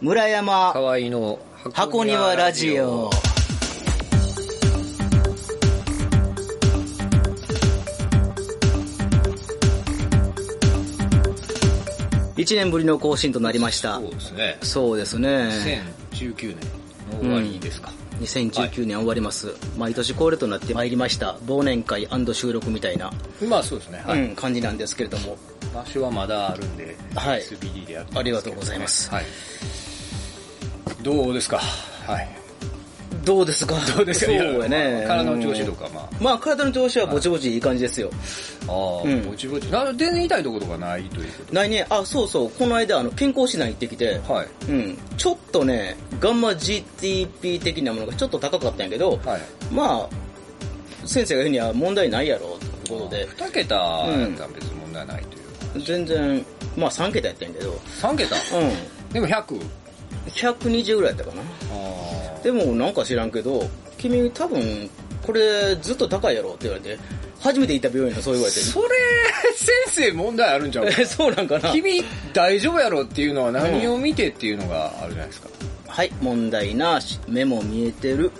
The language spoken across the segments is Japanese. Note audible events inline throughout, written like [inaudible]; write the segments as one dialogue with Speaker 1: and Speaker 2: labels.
Speaker 1: 村山
Speaker 2: 河合の
Speaker 1: 箱庭ラジオ。一年ぶりの更新となりました
Speaker 2: そう。ですね。
Speaker 1: そうですね。
Speaker 2: 2019年の終わりですか。
Speaker 1: 2019年終わります。毎年恒例となってまいりました。忘年会収録みたいな、
Speaker 2: まあそうですね。はい。
Speaker 1: うん感じなんですけれども。
Speaker 2: 場所はまだあるんで、
Speaker 1: はい
Speaker 2: SBD でやって
Speaker 1: ありがとうございます
Speaker 2: はい。どうですかはい。
Speaker 1: どうですか
Speaker 2: どうですか
Speaker 1: そうや
Speaker 2: い
Speaker 1: ね。
Speaker 2: や体の調子とか、まあ。
Speaker 1: まあ、体の調子はぼちぼちいい感じですよ。
Speaker 2: ああ、
Speaker 1: うん
Speaker 2: ぼちぼち。な全然痛いところとかないというこ
Speaker 1: 来年、あ、そうそう、この間、あの、健康診断行ってきて、
Speaker 2: と。はい。
Speaker 1: うん、ちょっとね、ガンマ GTP 的なものがちょっと高かったんやけど、
Speaker 2: はい。
Speaker 1: まあ、先生が言うには問題ないやろ、ということで、
Speaker 2: 2桁やったら別に問題ないという。
Speaker 1: 全然、まあ3桁やったんやけど、うん、
Speaker 2: 3桁でも100。
Speaker 1: 120ぐらいやったかな。
Speaker 2: あー
Speaker 1: でもなんか知らんけど、君多分、これずっと高いやろって言われて、初めて行った病院のそう言われて、
Speaker 2: それ、先生問題あるんち
Speaker 1: [laughs]
Speaker 2: ゃう
Speaker 1: え [laughs] そうなんかな
Speaker 2: 君大丈夫やろっていうのは何を見てっていうのがあるじゃないですか、
Speaker 1: はい、問題なし。目も見えてる。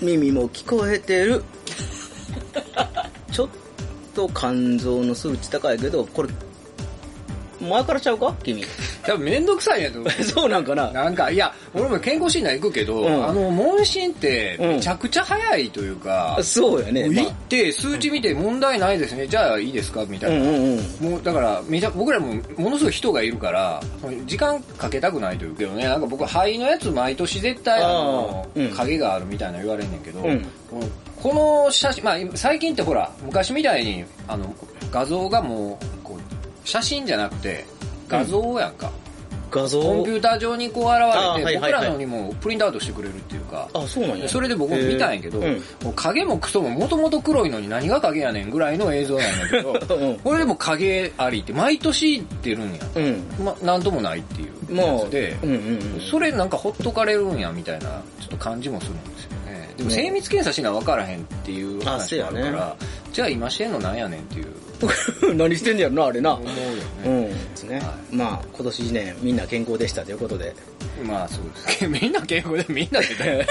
Speaker 1: 耳も聞こえてる。ちょっと肝臓の数値高いけど、これ、前からちゃうか君。 [laughs]
Speaker 2: 多分めんどくさいんやと思う
Speaker 1: そうなんかな。
Speaker 2: なんかいや俺も健康診断行くけど、
Speaker 1: うん
Speaker 2: あの問診ってめちゃくちゃ早いというか、
Speaker 1: そうやね。ま
Speaker 2: 行って数値見て問題ないですね、じゃあいいですかみた
Speaker 1: あう
Speaker 2: い
Speaker 1: ん
Speaker 2: な、
Speaker 1: うんうん。
Speaker 2: もうだからめちゃ僕らもものすごい人がいるからその時間かけたくないというけどねなんか僕肺のやつ毎年絶対あの
Speaker 1: あーうん
Speaker 2: 影があるみたいな言われんねんけど、
Speaker 1: うん
Speaker 2: このこの写真、まあ、最近ってほら昔みたいにあの画像がもうこう写真じゃなくて画像やんか、
Speaker 1: 画像。
Speaker 2: コンピューター上にこう現
Speaker 1: あーはいは
Speaker 2: れて
Speaker 1: いは
Speaker 2: 僕
Speaker 1: い
Speaker 2: らのにもプリントアウトしてくれるっていうか
Speaker 1: あ、そうなんや。
Speaker 2: それで僕も見たんやけど、
Speaker 1: へー
Speaker 2: もう影もクソももともと黒いのに何が影やねんぐらいの映像なんだけど、
Speaker 1: [laughs] うん
Speaker 2: これでも影ありって毎年出るんや。
Speaker 1: うん。
Speaker 2: ま、なんともないっていう
Speaker 1: うん。まあ、
Speaker 2: やつで、
Speaker 1: うんうん [laughs] うん。
Speaker 2: それなんかほっとかれるんやみたいなちょっと感じもするんですよね。でも
Speaker 1: ね
Speaker 2: 精密検査しな分からへんっていう
Speaker 1: あせ
Speaker 2: 話も
Speaker 1: や
Speaker 2: あ
Speaker 1: ね
Speaker 2: るから、じゃあ今してんのなんやねんっていう
Speaker 1: 何してんねやろな、あれな。
Speaker 2: 思うよ
Speaker 1: う
Speaker 2: ね。
Speaker 1: ん。ですね
Speaker 2: は。
Speaker 1: まあ、今年一年みんな健康でしたということで。
Speaker 2: まあそうです。 [laughs] みんな健康で、みんなでね。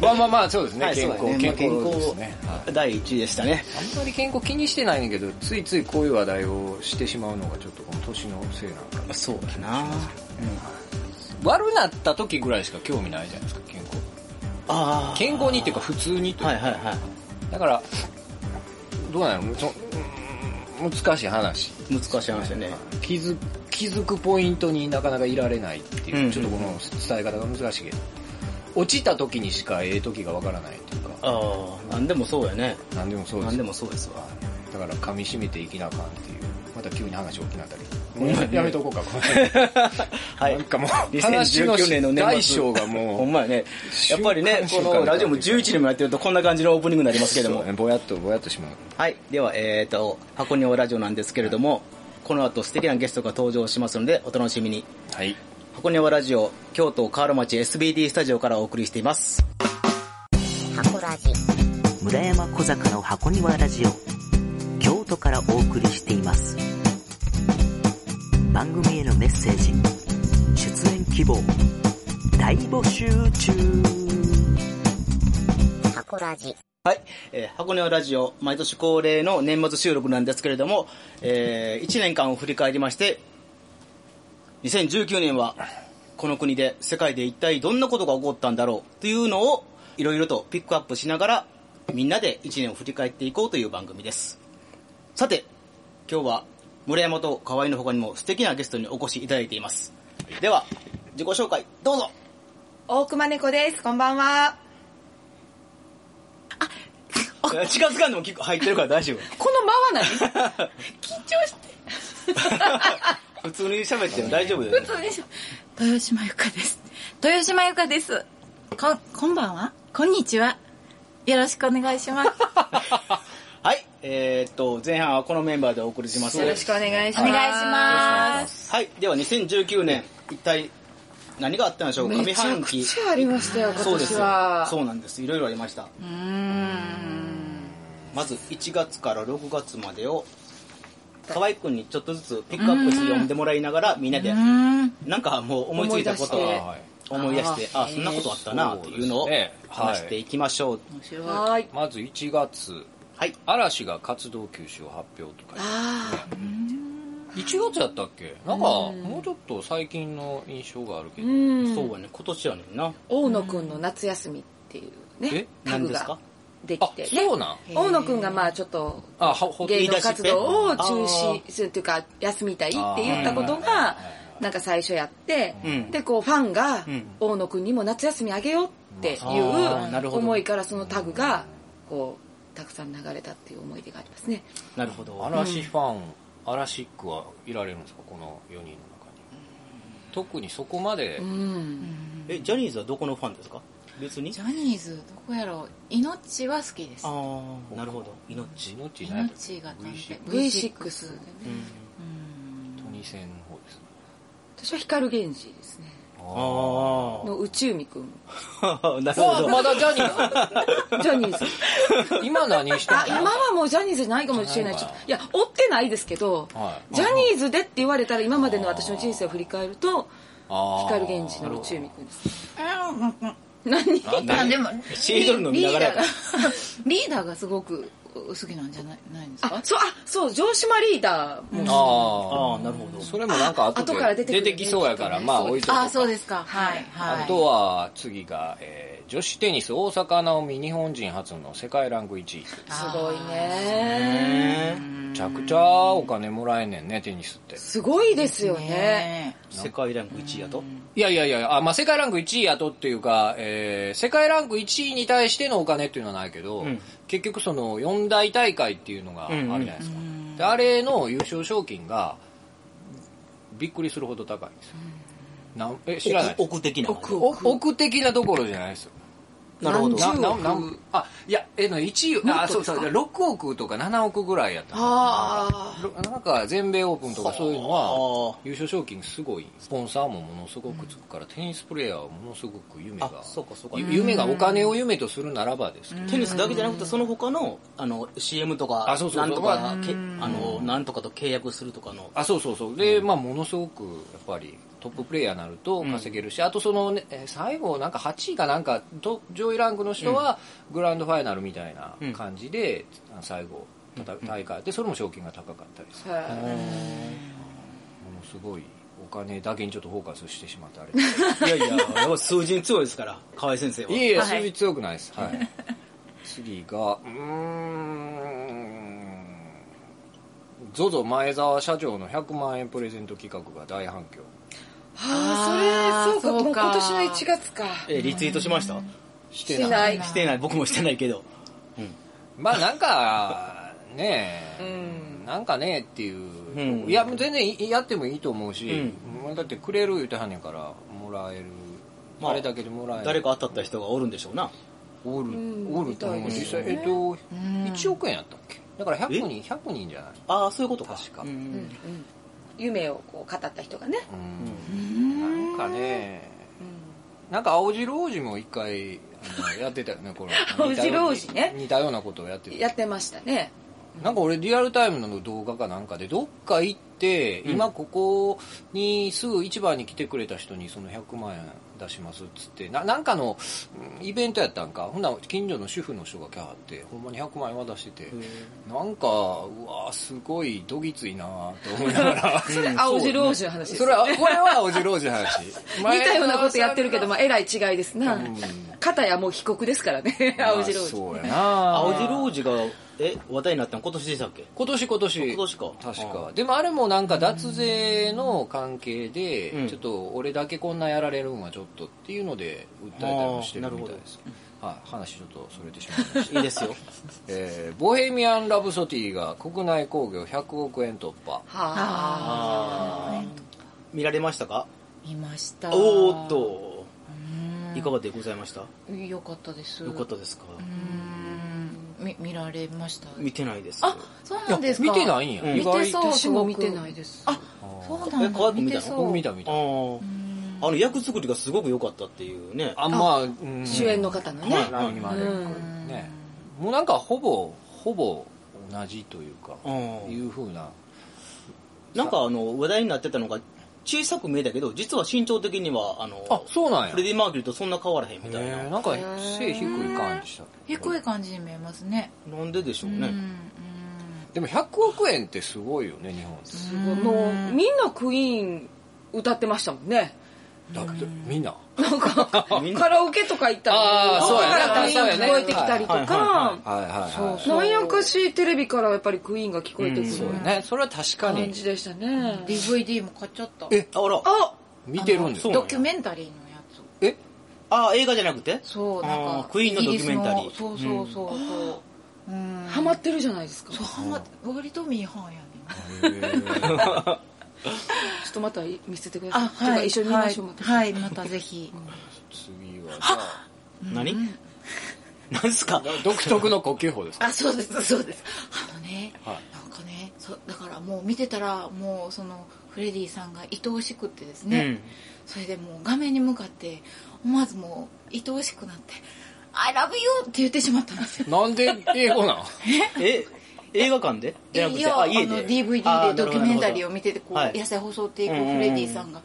Speaker 2: まあまあまあそうですね。
Speaker 1: はい
Speaker 2: 健
Speaker 1: そう
Speaker 2: 康、
Speaker 1: やねま
Speaker 2: 健
Speaker 1: あ健
Speaker 2: 康
Speaker 1: 康
Speaker 2: ですね。はい
Speaker 1: 第一位でしたね。
Speaker 2: あんまり健康気にしてないねんけど、ついついこういう話題をしてしまうのがちょっとこの年のせいなのかな。
Speaker 1: そうやな。うん
Speaker 2: 悪なった時ぐらいしか興味ないじゃないですか、健康。
Speaker 1: ああ。
Speaker 2: 健康にっていうか普通にというか
Speaker 1: はいはいはい。
Speaker 2: だから、どうなのそうん難しい話。
Speaker 1: 難しい話だね。
Speaker 2: 気づ、気づくポイントになかなかいられないっていう、
Speaker 1: うんうん
Speaker 2: ちょっとこの伝え方が難しいけど、落ちた時にしかええ時がわからないというか、
Speaker 1: ああ、なんでもそうやね。
Speaker 2: なんでもそうで
Speaker 1: な
Speaker 2: す
Speaker 1: んでもそうです
Speaker 2: [laughs]
Speaker 1: わ。
Speaker 2: だから噛み締めていきなあかんっていう。また急に話大きなったり。
Speaker 1: んまやね
Speaker 2: やめとこうか、この
Speaker 1: は
Speaker 2: なんかもう、話の
Speaker 1: 2019年の年末
Speaker 2: 大小
Speaker 1: [laughs]
Speaker 2: が
Speaker 1: ほ
Speaker 2: も
Speaker 1: ん
Speaker 2: う、
Speaker 1: まやね。やっぱりね、こ
Speaker 2: 瞬間瞬間
Speaker 1: のラジオも11年もやってるとこんな感じのオープニングになりますけれど
Speaker 2: そ
Speaker 1: も。
Speaker 2: うねぼやっとぼやっとしまう。
Speaker 1: はい。では、えっ、ー、と、箱庭ラジオなんですけれども、この後素敵なゲストが登場しますので、お楽しみに。
Speaker 2: はい。
Speaker 1: 箱庭ラジオ、京都河原町 SBD スタジオからお送りしています。
Speaker 3: 箱ラジ
Speaker 4: 村山小坂の箱庭ラジオ京都からお送りしています番組へのメッセージ出演希望大募集中
Speaker 3: 箱ラジ
Speaker 1: はい。えー箱根ラジオ、毎年恒例の年末収録なんですけれども、え1年間を振り返りまして、2019年は、この国で、世界で一体どんなことが起こったんだろうというのを、いろいろとピックアップしながら、みんなで1年を振り返っていこうという番組です。さて、今日は、村山と河合の他にも素敵なゲストにお越しいただいています。では、自己紹介、どうぞ
Speaker 5: 大熊猫です。こんばんは。
Speaker 1: [laughs] 近づかんでも結構入ってるから大丈夫。
Speaker 5: この間は何
Speaker 1: [laughs]
Speaker 5: 緊張して。
Speaker 1: 普通に喋っても大丈夫だよね。
Speaker 5: 嘘でしょ。豊島ゆかです。豊島ゆかです。こん、こんばんは。こんにちは。よろしくお願いします。
Speaker 1: はい、えーっと、前半はこのメンバーでお送りします。
Speaker 5: お願いします。お願いします。
Speaker 1: はい、では2019年、一体何があったんでしょうか上半期。
Speaker 5: ありましたよ、
Speaker 1: そうですよ。そうなんです。いろいろありました。
Speaker 5: うーん。
Speaker 1: まず1月から6月までを河合くんにちょっとずつピックアップして読んでもらいながら、みんなで
Speaker 2: う、ーん
Speaker 1: なんかもう思いついたこと
Speaker 6: 思い出
Speaker 1: を思い出
Speaker 7: はい
Speaker 6: して
Speaker 1: して、
Speaker 6: あー
Speaker 1: あ、そんなことあったなっていうの
Speaker 7: そう
Speaker 1: を
Speaker 7: ですねはい
Speaker 1: 話していきましょう。
Speaker 6: 面白い。
Speaker 7: い。まず1月、
Speaker 1: はい。
Speaker 7: 嵐が活動休止を発表とか
Speaker 6: あ
Speaker 7: 1月やったっけなんか、もうちょっと最近の印象があるけ
Speaker 6: ー
Speaker 7: ど。
Speaker 6: うん。
Speaker 1: そうやね、今年やねんな。
Speaker 6: 大野くんの夏休みっていうね、
Speaker 7: え
Speaker 6: タ
Speaker 1: 何
Speaker 6: グ
Speaker 1: ですか
Speaker 6: がで
Speaker 7: あ
Speaker 6: きて、ね。、
Speaker 7: そうなん
Speaker 6: 大野くんがまあちょっと
Speaker 7: あ、は、ほ
Speaker 6: 芸能活動を中
Speaker 1: 言い出しっ
Speaker 6: 止するっていうか休みたいって言ったこと
Speaker 7: あ
Speaker 6: がなんか最初やって、
Speaker 1: うん
Speaker 6: でこうファンが
Speaker 1: うん
Speaker 6: 大野くんにも夏休みあげようってい
Speaker 1: あーなる
Speaker 6: う
Speaker 1: ほど
Speaker 6: 思いからそのタグがこうたくさん流れたっていう思い出がありますね。
Speaker 1: なるほど。
Speaker 7: 嵐ファン、嵐っ子はいられるんですかこの4人の中に。特にそこまで、
Speaker 6: うん。
Speaker 1: え、ジャニーズはどこのファンですか別に
Speaker 2: ジャニーズどこやろう命は好きです
Speaker 1: ああ、なるほど。命。
Speaker 7: 命ない
Speaker 2: 命が探偵
Speaker 6: V6 でね。
Speaker 2: うん
Speaker 7: トニセンの方ですね。
Speaker 6: 私は光源氏ですね。
Speaker 1: あ
Speaker 6: の宇宙海くん。
Speaker 1: あ。なる
Speaker 7: あ
Speaker 1: ほ
Speaker 7: ー
Speaker 1: ど。
Speaker 7: まだジャニー
Speaker 6: ジャニ
Speaker 1: [laughs]
Speaker 6: ーズ。
Speaker 7: ズ。今何してんの
Speaker 6: あ、今はもうジャニーズじゃないかもしれない。ちょっといや、追ってないですけど、
Speaker 7: はい
Speaker 6: ジャニーズでって言われたら今までの私の人生を振り返ると、
Speaker 7: あー
Speaker 6: 光源氏の宇宙海くんです。
Speaker 2: あでも
Speaker 1: シードルの見ながらや
Speaker 6: [laughs]
Speaker 1: から
Speaker 2: リーダーがリーダーがすごく好きなんじゃないないんです
Speaker 6: あ
Speaker 2: か、
Speaker 6: そう、あ、そう、城島リーダー
Speaker 1: あ
Speaker 6: も。
Speaker 7: あ
Speaker 1: あ、なるほど。
Speaker 7: あ。それもなんか後
Speaker 6: 後
Speaker 7: で
Speaker 6: から出てくる
Speaker 7: 出てきそうやから、まあ置いとこ
Speaker 2: あそう
Speaker 7: う
Speaker 2: ですかはいはい
Speaker 7: あとは、次が、えー女子テニス大坂なおみ日本人初の世界ランク1位。
Speaker 6: すごいね。
Speaker 1: へー
Speaker 7: めちゃくちゃお金もらえんねんね、テニスって。
Speaker 6: すごいですよね。
Speaker 2: ね
Speaker 1: 世界ランク1位やと。
Speaker 7: いやいやいや、あまあ、世界ランク1位やとっていうか、えー世界ランク1位に対してのお金っていうのはないけど、
Speaker 1: うん
Speaker 7: 結局その四大大会っていうのがあるじゃないですか。
Speaker 2: うんうん
Speaker 7: であれの優勝賞金が、びっくりするほど高いんですよ。なんえ、知らない
Speaker 1: 奥奥的な。
Speaker 6: 奥
Speaker 7: お奥的なところじゃないですよ。
Speaker 1: なるほど。
Speaker 7: なななんあ、いや、えの、1位、あ、そうそう、6億とか7億ぐらいやったの
Speaker 6: あ
Speaker 7: ろなんか全米オープンとかそういうの
Speaker 1: は
Speaker 7: は
Speaker 1: あ
Speaker 7: 優勝賞金すごいスポンサーもものすごくつくから、テニスプレーヤーはものすごく夢が
Speaker 1: あそうかそうか
Speaker 7: ゆ夢がお金を夢とするならばですけど、
Speaker 1: テニスだけじゃなくて、その他の、あの、CM とか、
Speaker 7: あそうそうそう
Speaker 1: なんとか
Speaker 7: う、
Speaker 1: けあの、なんとかと契約するとかの、
Speaker 7: あそうそうそうで、まあものすごくやっぱりトッププレーヤーになると稼げるし、あとその、ね、えー最後なんか8位かなんかと上位ランクの人はグランドファイナルみたいな感じで、あの最後たた大会でそれも賞金が高かったりす
Speaker 6: ー
Speaker 7: る、
Speaker 6: はい
Speaker 7: ものすごいお金だけにちょっとフォーカスしてしまってあれ
Speaker 1: いやいや、やっぱ数字に強いですから、河合先生は。
Speaker 7: いえいえ、
Speaker 2: はい
Speaker 7: 数字強くないです。はい。次が、うーん、ZOZO 前澤社長の100万円プレゼント企画が大反響。
Speaker 6: あー、それ、そうか、
Speaker 2: あー
Speaker 6: も
Speaker 2: そう
Speaker 6: う
Speaker 2: か
Speaker 6: 今年の1月か。
Speaker 1: えリツイートしました
Speaker 7: し
Speaker 6: して
Speaker 7: て
Speaker 6: な
Speaker 7: ない。
Speaker 6: い。
Speaker 1: してない、僕もしてないけど。
Speaker 7: まあなんか、ねえ、なんかねえっていう、
Speaker 1: うん
Speaker 7: いや、もう全然いやってもいいと思うし、
Speaker 1: う
Speaker 7: だってくれる言うてはんねんから、もらえる。
Speaker 1: まあ
Speaker 7: あれだけでもらえる。
Speaker 1: 誰か当たった人がおるんでしょうな。
Speaker 7: おる、
Speaker 6: ん
Speaker 7: おると思う。
Speaker 6: みた
Speaker 7: 実
Speaker 6: いですね
Speaker 7: 際、えっと、1億円やったっけだから100人、100人じゃない
Speaker 1: ああ、そういうことか。
Speaker 7: 確か
Speaker 1: うん
Speaker 6: 夢をこう語った人がね。
Speaker 7: なんかね、なんか青白王子も一回
Speaker 6: [laughs]
Speaker 7: あのやってたよね、これ。
Speaker 6: 青白王子ね
Speaker 7: 似たようなことをやって
Speaker 6: や
Speaker 7: た。
Speaker 6: ってましたね。
Speaker 7: なんか俺リアルタイムの動画かなんかで、どっか行って、今ここにすぐ市場に来てくれた人にその100万円出しますっつって、ななんかのうんイベントやったんか、ほんなら近所の主婦の人が来はって、ほんまに100万円渡してて、なんか、うわすごいどぎついなと思いながら。 [laughs]
Speaker 6: それ、青白王子の話です。
Speaker 7: それは、これは青白王子の話。似
Speaker 6: [laughs] 似たようなことやってるけど、まあ、えらい違いですな。片やもう被告ですからね、青白王子。
Speaker 7: そうやな
Speaker 1: 青白王子が、え、話題になったの今年でしたっけ
Speaker 7: 今年今年。
Speaker 1: 今年か
Speaker 7: 確
Speaker 1: う
Speaker 7: か。でもあれもなんか脱税の関係で、
Speaker 1: うん
Speaker 7: ちょっと俺だけこんなやられるんはちょっとっていうので訴えたりもしてるみたいです。はい、話ちょっとそれてしまいました。
Speaker 1: いいですよ。
Speaker 7: えー、ボヘミアン・ラブソティが国内興行100億円突破。
Speaker 6: はあ。
Speaker 1: あー見られましたか
Speaker 2: 見ました
Speaker 1: おーっと。いかがでございました
Speaker 2: よかったです
Speaker 1: よかったですか
Speaker 2: うんみ見られました
Speaker 1: 見てないです。
Speaker 2: あそうなんです
Speaker 7: 見
Speaker 2: か
Speaker 7: てないんや。
Speaker 1: うん
Speaker 7: 意
Speaker 2: 見
Speaker 7: 外
Speaker 2: てそう
Speaker 6: 私も見て
Speaker 2: すごく
Speaker 6: ないです。
Speaker 2: あそう
Speaker 1: え
Speaker 2: なん
Speaker 1: 可愛
Speaker 2: だ
Speaker 1: く見たの
Speaker 2: 見て
Speaker 7: 僕
Speaker 2: そう
Speaker 7: 見た見
Speaker 1: あ
Speaker 7: た。
Speaker 1: ーあの、役作りがすごく良かったっていうね。
Speaker 7: あ、まあ、うん
Speaker 6: 主演の方の
Speaker 1: は
Speaker 6: ね
Speaker 1: い。
Speaker 7: 何まで、ね、もうなんかほぼほぼ同じというか、
Speaker 1: うん
Speaker 7: いうふうな
Speaker 1: なんかあの、話題になってたのが、小さく見えたけど、実は身長的には、あの、
Speaker 2: あ、そうなんや。
Speaker 1: フレディ・マーキュリーとそんな変わらへんみたい
Speaker 2: えー
Speaker 1: な。
Speaker 2: なんか背低い感じしたけど
Speaker 5: 低い感じに見えますね
Speaker 1: なんででしょう
Speaker 5: うんう
Speaker 1: ね。
Speaker 5: ん
Speaker 2: でも100億円ってすごいよね日本です
Speaker 6: すごいもうみんなクイーン歌ってましたもん [laughs] ね
Speaker 2: だってみんな
Speaker 6: なんか
Speaker 1: みんな
Speaker 6: カラオケとか行ったら
Speaker 2: あーそうやね
Speaker 6: からクイーン聞こえてきたりと
Speaker 1: はいは
Speaker 6: か
Speaker 2: はいはい
Speaker 6: そう
Speaker 2: は
Speaker 6: そうなんやかしテレビからやっぱりクイーンが聞こえてく
Speaker 2: いそう
Speaker 6: る
Speaker 2: よねそれは確か
Speaker 6: 感
Speaker 2: に
Speaker 6: じでしたね
Speaker 5: DVD も買っちゃった
Speaker 2: え
Speaker 1: あら、
Speaker 6: あ
Speaker 2: 見てるんです
Speaker 1: そう
Speaker 2: よ
Speaker 1: なん
Speaker 5: ド
Speaker 1: や
Speaker 5: キュメンタリーのやつ
Speaker 2: え
Speaker 1: あ、映画じゃなくて
Speaker 5: そうなん
Speaker 1: あ
Speaker 5: か
Speaker 1: ークイーンのドキュメンタリー
Speaker 5: イギスのそうそうそうそううん
Speaker 6: ハマってるじゃないですかち
Speaker 5: そう
Speaker 6: ょ
Speaker 5: ハマって割とミーハンやね
Speaker 6: っとまた見せてください
Speaker 5: あ
Speaker 6: ちょっと一緒に見ましょうまた
Speaker 5: はいまたぜひ
Speaker 2: 次はじゃあ
Speaker 1: 何何すか
Speaker 2: 独特の呼吸法
Speaker 6: [laughs]
Speaker 2: ですか
Speaker 5: あそうですそうですあのね、
Speaker 2: はい
Speaker 5: なんかねそうだからもう見てたらもうそのフレディさんが愛おしくってですね、
Speaker 1: うん
Speaker 5: それでもう画面に向かって思わずもう愛おしくなって「I love you」って言ってしまったんですよ
Speaker 2: なんで英語なん
Speaker 1: え、映画館でじゃなく
Speaker 5: い
Speaker 1: て、
Speaker 5: や
Speaker 1: あ、
Speaker 5: あ
Speaker 1: 家
Speaker 5: の
Speaker 1: で。
Speaker 5: DVD でドキュメンタリーを
Speaker 1: を。
Speaker 5: 見ててこう、
Speaker 1: はい
Speaker 5: 野菜放送っていく
Speaker 1: うんうんうん
Speaker 5: フレディさんが、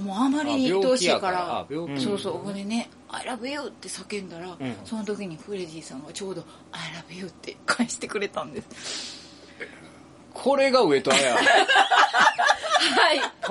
Speaker 5: もうあまりに愛おしい
Speaker 2: あ病気や
Speaker 5: から
Speaker 2: からあ病気
Speaker 5: そうそうここでね「I love you」って叫んだら、
Speaker 1: ん
Speaker 5: その時にフレディさんがちょうど「I love you」って返してくれたんです
Speaker 2: これが上戸
Speaker 6: [laughs]
Speaker 2: 彩
Speaker 6: はい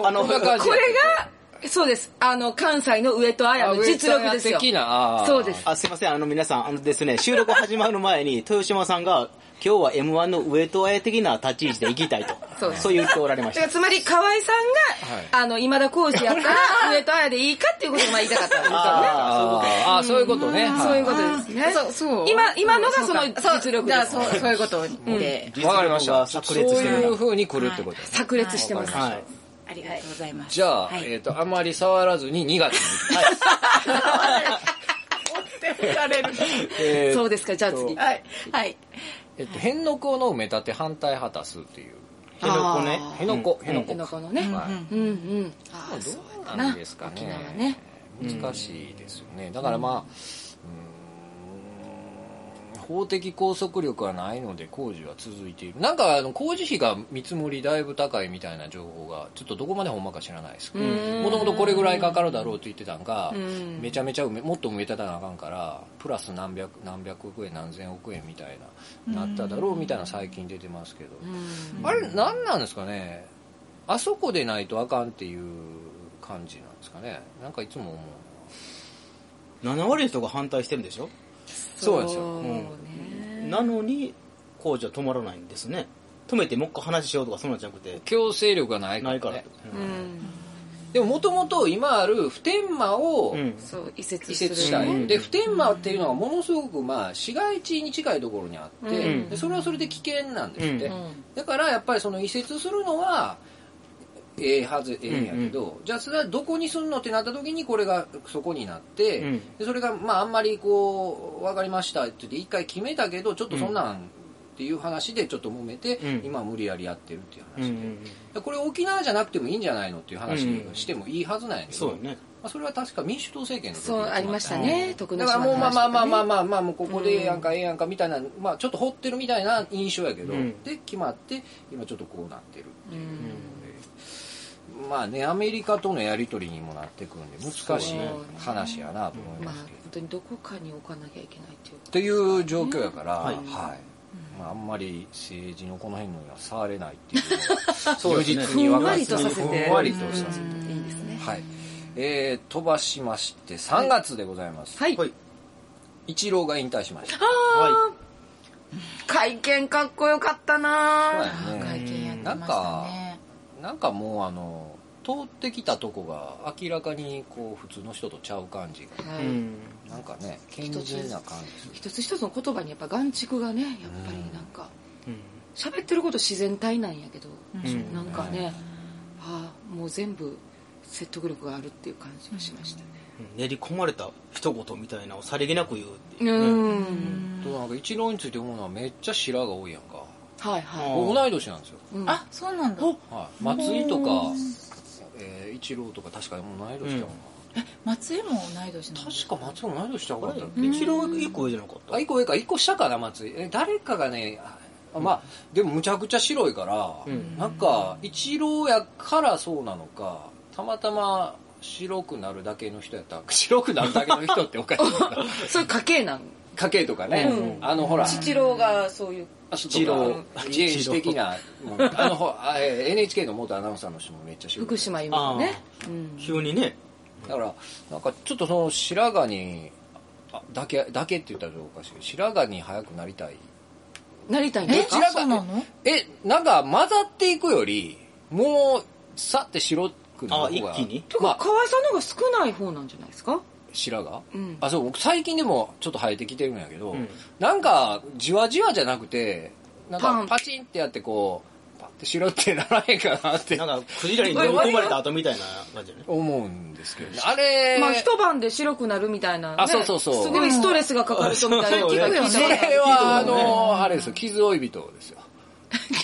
Speaker 2: あのこれが
Speaker 6: これがそうですあの関西の上戸彩の実力ですよ
Speaker 2: 的なあー
Speaker 6: そうです
Speaker 1: あ、すいません、あの皆さん、あのですね、収録始まる前に、豊島さんが、今日は M1 の上戸彩的な立ち位置で行きたいと、
Speaker 6: そうです
Speaker 1: そう言っておられま
Speaker 6: だ
Speaker 1: し
Speaker 6: [laughs] から
Speaker 1: た。
Speaker 6: つまり河合さんが、
Speaker 2: はい
Speaker 6: あの今田耕司やったら上戸彩でいいかっていうことをまあ言いたかったんですよ
Speaker 2: [laughs]
Speaker 6: ね
Speaker 2: あーあーそういうことね
Speaker 6: そういう
Speaker 2: は
Speaker 6: ことですね
Speaker 5: そうそう
Speaker 6: 今今のがその実力で
Speaker 5: だから
Speaker 6: す
Speaker 5: そうそういうことで、
Speaker 2: いわかりまし
Speaker 1: 実力
Speaker 2: た
Speaker 1: が
Speaker 2: そ
Speaker 1: 炸
Speaker 2: う
Speaker 1: 裂してるな
Speaker 2: いう風に来るってことですね
Speaker 6: [laughs] 炸裂してます、
Speaker 1: はい。
Speaker 5: ありがとうございます
Speaker 2: じゃあ、
Speaker 5: はい
Speaker 2: えっ、と、あまり触らずに2月に行きます。えっ、
Speaker 6: そ
Speaker 2: と
Speaker 6: うですかじゃあ次
Speaker 5: はい、はい、
Speaker 2: えっと、辺野古の埋め立て反対果たすっていう。
Speaker 1: 辺野古ね。
Speaker 2: 辺野古、辺野
Speaker 6: 辺
Speaker 2: 古
Speaker 6: 野
Speaker 2: か。
Speaker 6: 古のね、
Speaker 2: はい
Speaker 6: うんうんあ
Speaker 2: まあ
Speaker 6: ーそう
Speaker 2: どうなんですか
Speaker 6: そうやな沖縄
Speaker 2: ね
Speaker 6: ね。
Speaker 2: 難しいですよね。だからまあ、うーん法的拘束力はないので工事は続いている。なんかあの工事費が見積もりだいぶ高いみたいな情報が、ちょっとどこまでほんまか知らないですけど、もともとこれぐらいかかるだろうって言ってたんが、
Speaker 6: ん
Speaker 2: めちゃめちゃ埋めもっと埋め立たなあかんから、プラス何百、何百億円、何千億円みたいな、なっただろうみたいな最近出てますけど、あれ何なんですかねあそこでないとあかんっていう感じなんですかね。なんかいつも思う。
Speaker 1: 7割の人が反対してるんでしょ
Speaker 2: そうなんですよ。
Speaker 1: なのに、工事は止まらないんですね。止めてもう一回話しようとかそんなんじゃなくて、
Speaker 2: 強制力がないから,、
Speaker 1: ない
Speaker 2: ね、
Speaker 1: からと。
Speaker 2: でももともと今ある普天間を
Speaker 1: うん。うん
Speaker 6: そう移設
Speaker 2: 移
Speaker 6: する
Speaker 2: 設したい、
Speaker 1: うん
Speaker 2: で普天間っていうのはものすごくまあ市街地に近いところにあって、
Speaker 1: うん
Speaker 2: でそれはそれで危険なんですって、
Speaker 1: うん
Speaker 2: だからやっぱりその移設するのはええはずええんやけど、じゃあそれはどこにすんのってなった時にこれがそこになって、
Speaker 1: うん
Speaker 2: でそれがまああんまりこう分かりましたって言って一回決めたけどちょっとそんなんっていう話でちょっと揉めて、
Speaker 1: うん
Speaker 2: 今は無理やりやってるっていう
Speaker 1: う
Speaker 2: 話で。
Speaker 1: ん。
Speaker 2: これ沖縄じゃなくてもいいんじゃないのっていう話
Speaker 1: うん
Speaker 2: してもいいはずなんやけど、
Speaker 1: そうよね。
Speaker 2: まあ、それは確か民主党政権の時
Speaker 6: そうありましたね徳
Speaker 2: だ
Speaker 6: 之
Speaker 2: か
Speaker 6: 島
Speaker 2: らも
Speaker 6: の
Speaker 2: うまあ
Speaker 6: 話と
Speaker 2: まあ
Speaker 6: かね
Speaker 2: まあまあまあまあもうここでええやんかええやんかみたいな、まあちょっと掘ってるみたいな印象やけど、
Speaker 1: うん
Speaker 2: で決まって今ちょっとこうなってるっていう、まあねアメリカとのやり取りにもなってくるんで難しい話やなと思い
Speaker 6: ま
Speaker 2: ま
Speaker 6: あ
Speaker 2: す
Speaker 6: 本
Speaker 2: けど、
Speaker 6: 当にどこかに置かなきゃいけないっていう
Speaker 2: という状況やから、はい
Speaker 1: い
Speaker 2: まあ、あんまり政治のこの辺のには触れないっていうのが
Speaker 1: そうですね
Speaker 2: 如実に
Speaker 6: ふ
Speaker 2: 分
Speaker 6: ん
Speaker 2: か
Speaker 6: わ
Speaker 2: る
Speaker 6: りとさせて
Speaker 2: ふんわりとさせて
Speaker 6: うんいいですね
Speaker 2: はい。えー、飛ばしまして、3月でございます。
Speaker 6: はい、
Speaker 1: はい。
Speaker 2: 一郎が引退しました。
Speaker 1: は。
Speaker 6: 会見かっこよかったなぁ
Speaker 2: そうや
Speaker 5: 会
Speaker 2: ね
Speaker 5: 見やってましたね
Speaker 2: なんかもう、あの、通ってきたとこが明らかにこう普通の人とちゃう感じが、
Speaker 6: はいい
Speaker 1: うん。
Speaker 2: なんかね、健全な感じする。
Speaker 6: 一つ一つの言葉にやっぱ眼蓄がねやっぱりなんか
Speaker 1: うん
Speaker 6: 喋ってること自然体なんやけど、
Speaker 1: ん
Speaker 6: なんかね、ああもう全部説得力があるっていう感じがしましたね
Speaker 1: 練り込まれた一言みたいなのをさりげなく言うっていううね。
Speaker 6: ん、
Speaker 2: となんか一郎について思うのはめっちゃ白が多いやんか。
Speaker 6: はいは
Speaker 2: 僕同い年なんですよ。
Speaker 6: い、
Speaker 5: あそうなんだ
Speaker 2: はい、松井とか、えー、一郎とか確か同い年だもん
Speaker 5: 松江も同い年な
Speaker 2: な、
Speaker 5: の
Speaker 2: 確か松井も同い年だもんな
Speaker 1: 一郎一個上じゃなかった
Speaker 2: あ、一個上か、一個下かな、松井。え誰かがね、あまあでもむちゃくちゃ白いから、
Speaker 1: うん
Speaker 2: なんか一郎やからそうなのかたまたま白くなるだけの人やったら [laughs] 白くなるだけの人っておかしいな [laughs]
Speaker 6: そういう家系なん
Speaker 2: 家系とかね、
Speaker 6: うん
Speaker 2: あのほら
Speaker 6: 父郎がそういう
Speaker 2: 父
Speaker 1: 郎
Speaker 2: 自衛士的なもうあのほらあえー NHK の元アナウンサーの人もめっちゃ白い
Speaker 6: 福島由美子ね、うん、
Speaker 1: 急にね、
Speaker 2: だからなんかちょっとその白髪にあだけだけって言ったらおかしいけど白髪に早くなりたい
Speaker 6: なりたいん
Speaker 5: え
Speaker 6: ですか
Speaker 2: 白
Speaker 5: そう
Speaker 2: 髪
Speaker 5: なの
Speaker 2: えなんか混ざっていくよりもうさって白くなる方が
Speaker 1: あ一気に
Speaker 6: と
Speaker 2: ま
Speaker 6: か
Speaker 2: あ
Speaker 6: 河合さんの方が少ない方なんじゃないですか
Speaker 2: 白髪、
Speaker 6: うん
Speaker 2: あそう僕最近でもちょっと生えてきてるんやけど、
Speaker 1: うん
Speaker 2: なんかじわじわじゃなくてなん
Speaker 6: パ
Speaker 2: か
Speaker 6: ン
Speaker 2: パチンってやってこうパッて白ってならへんかなって
Speaker 1: なんかクジラに飲み込まれた後みたいな感じよね。
Speaker 2: 思うんですけどねあれ、
Speaker 6: まあ一晩で白くなるみたいな、ね、
Speaker 2: あそうそうそう
Speaker 6: すごいストレスがかかるとみたいな
Speaker 1: うん
Speaker 6: 聞くよ
Speaker 2: そ
Speaker 6: ね
Speaker 2: れは、
Speaker 1: 聞
Speaker 2: あ
Speaker 1: いたこと
Speaker 2: の、あれですよ、傷追い人です
Speaker 6: [laughs]
Speaker 2: よ。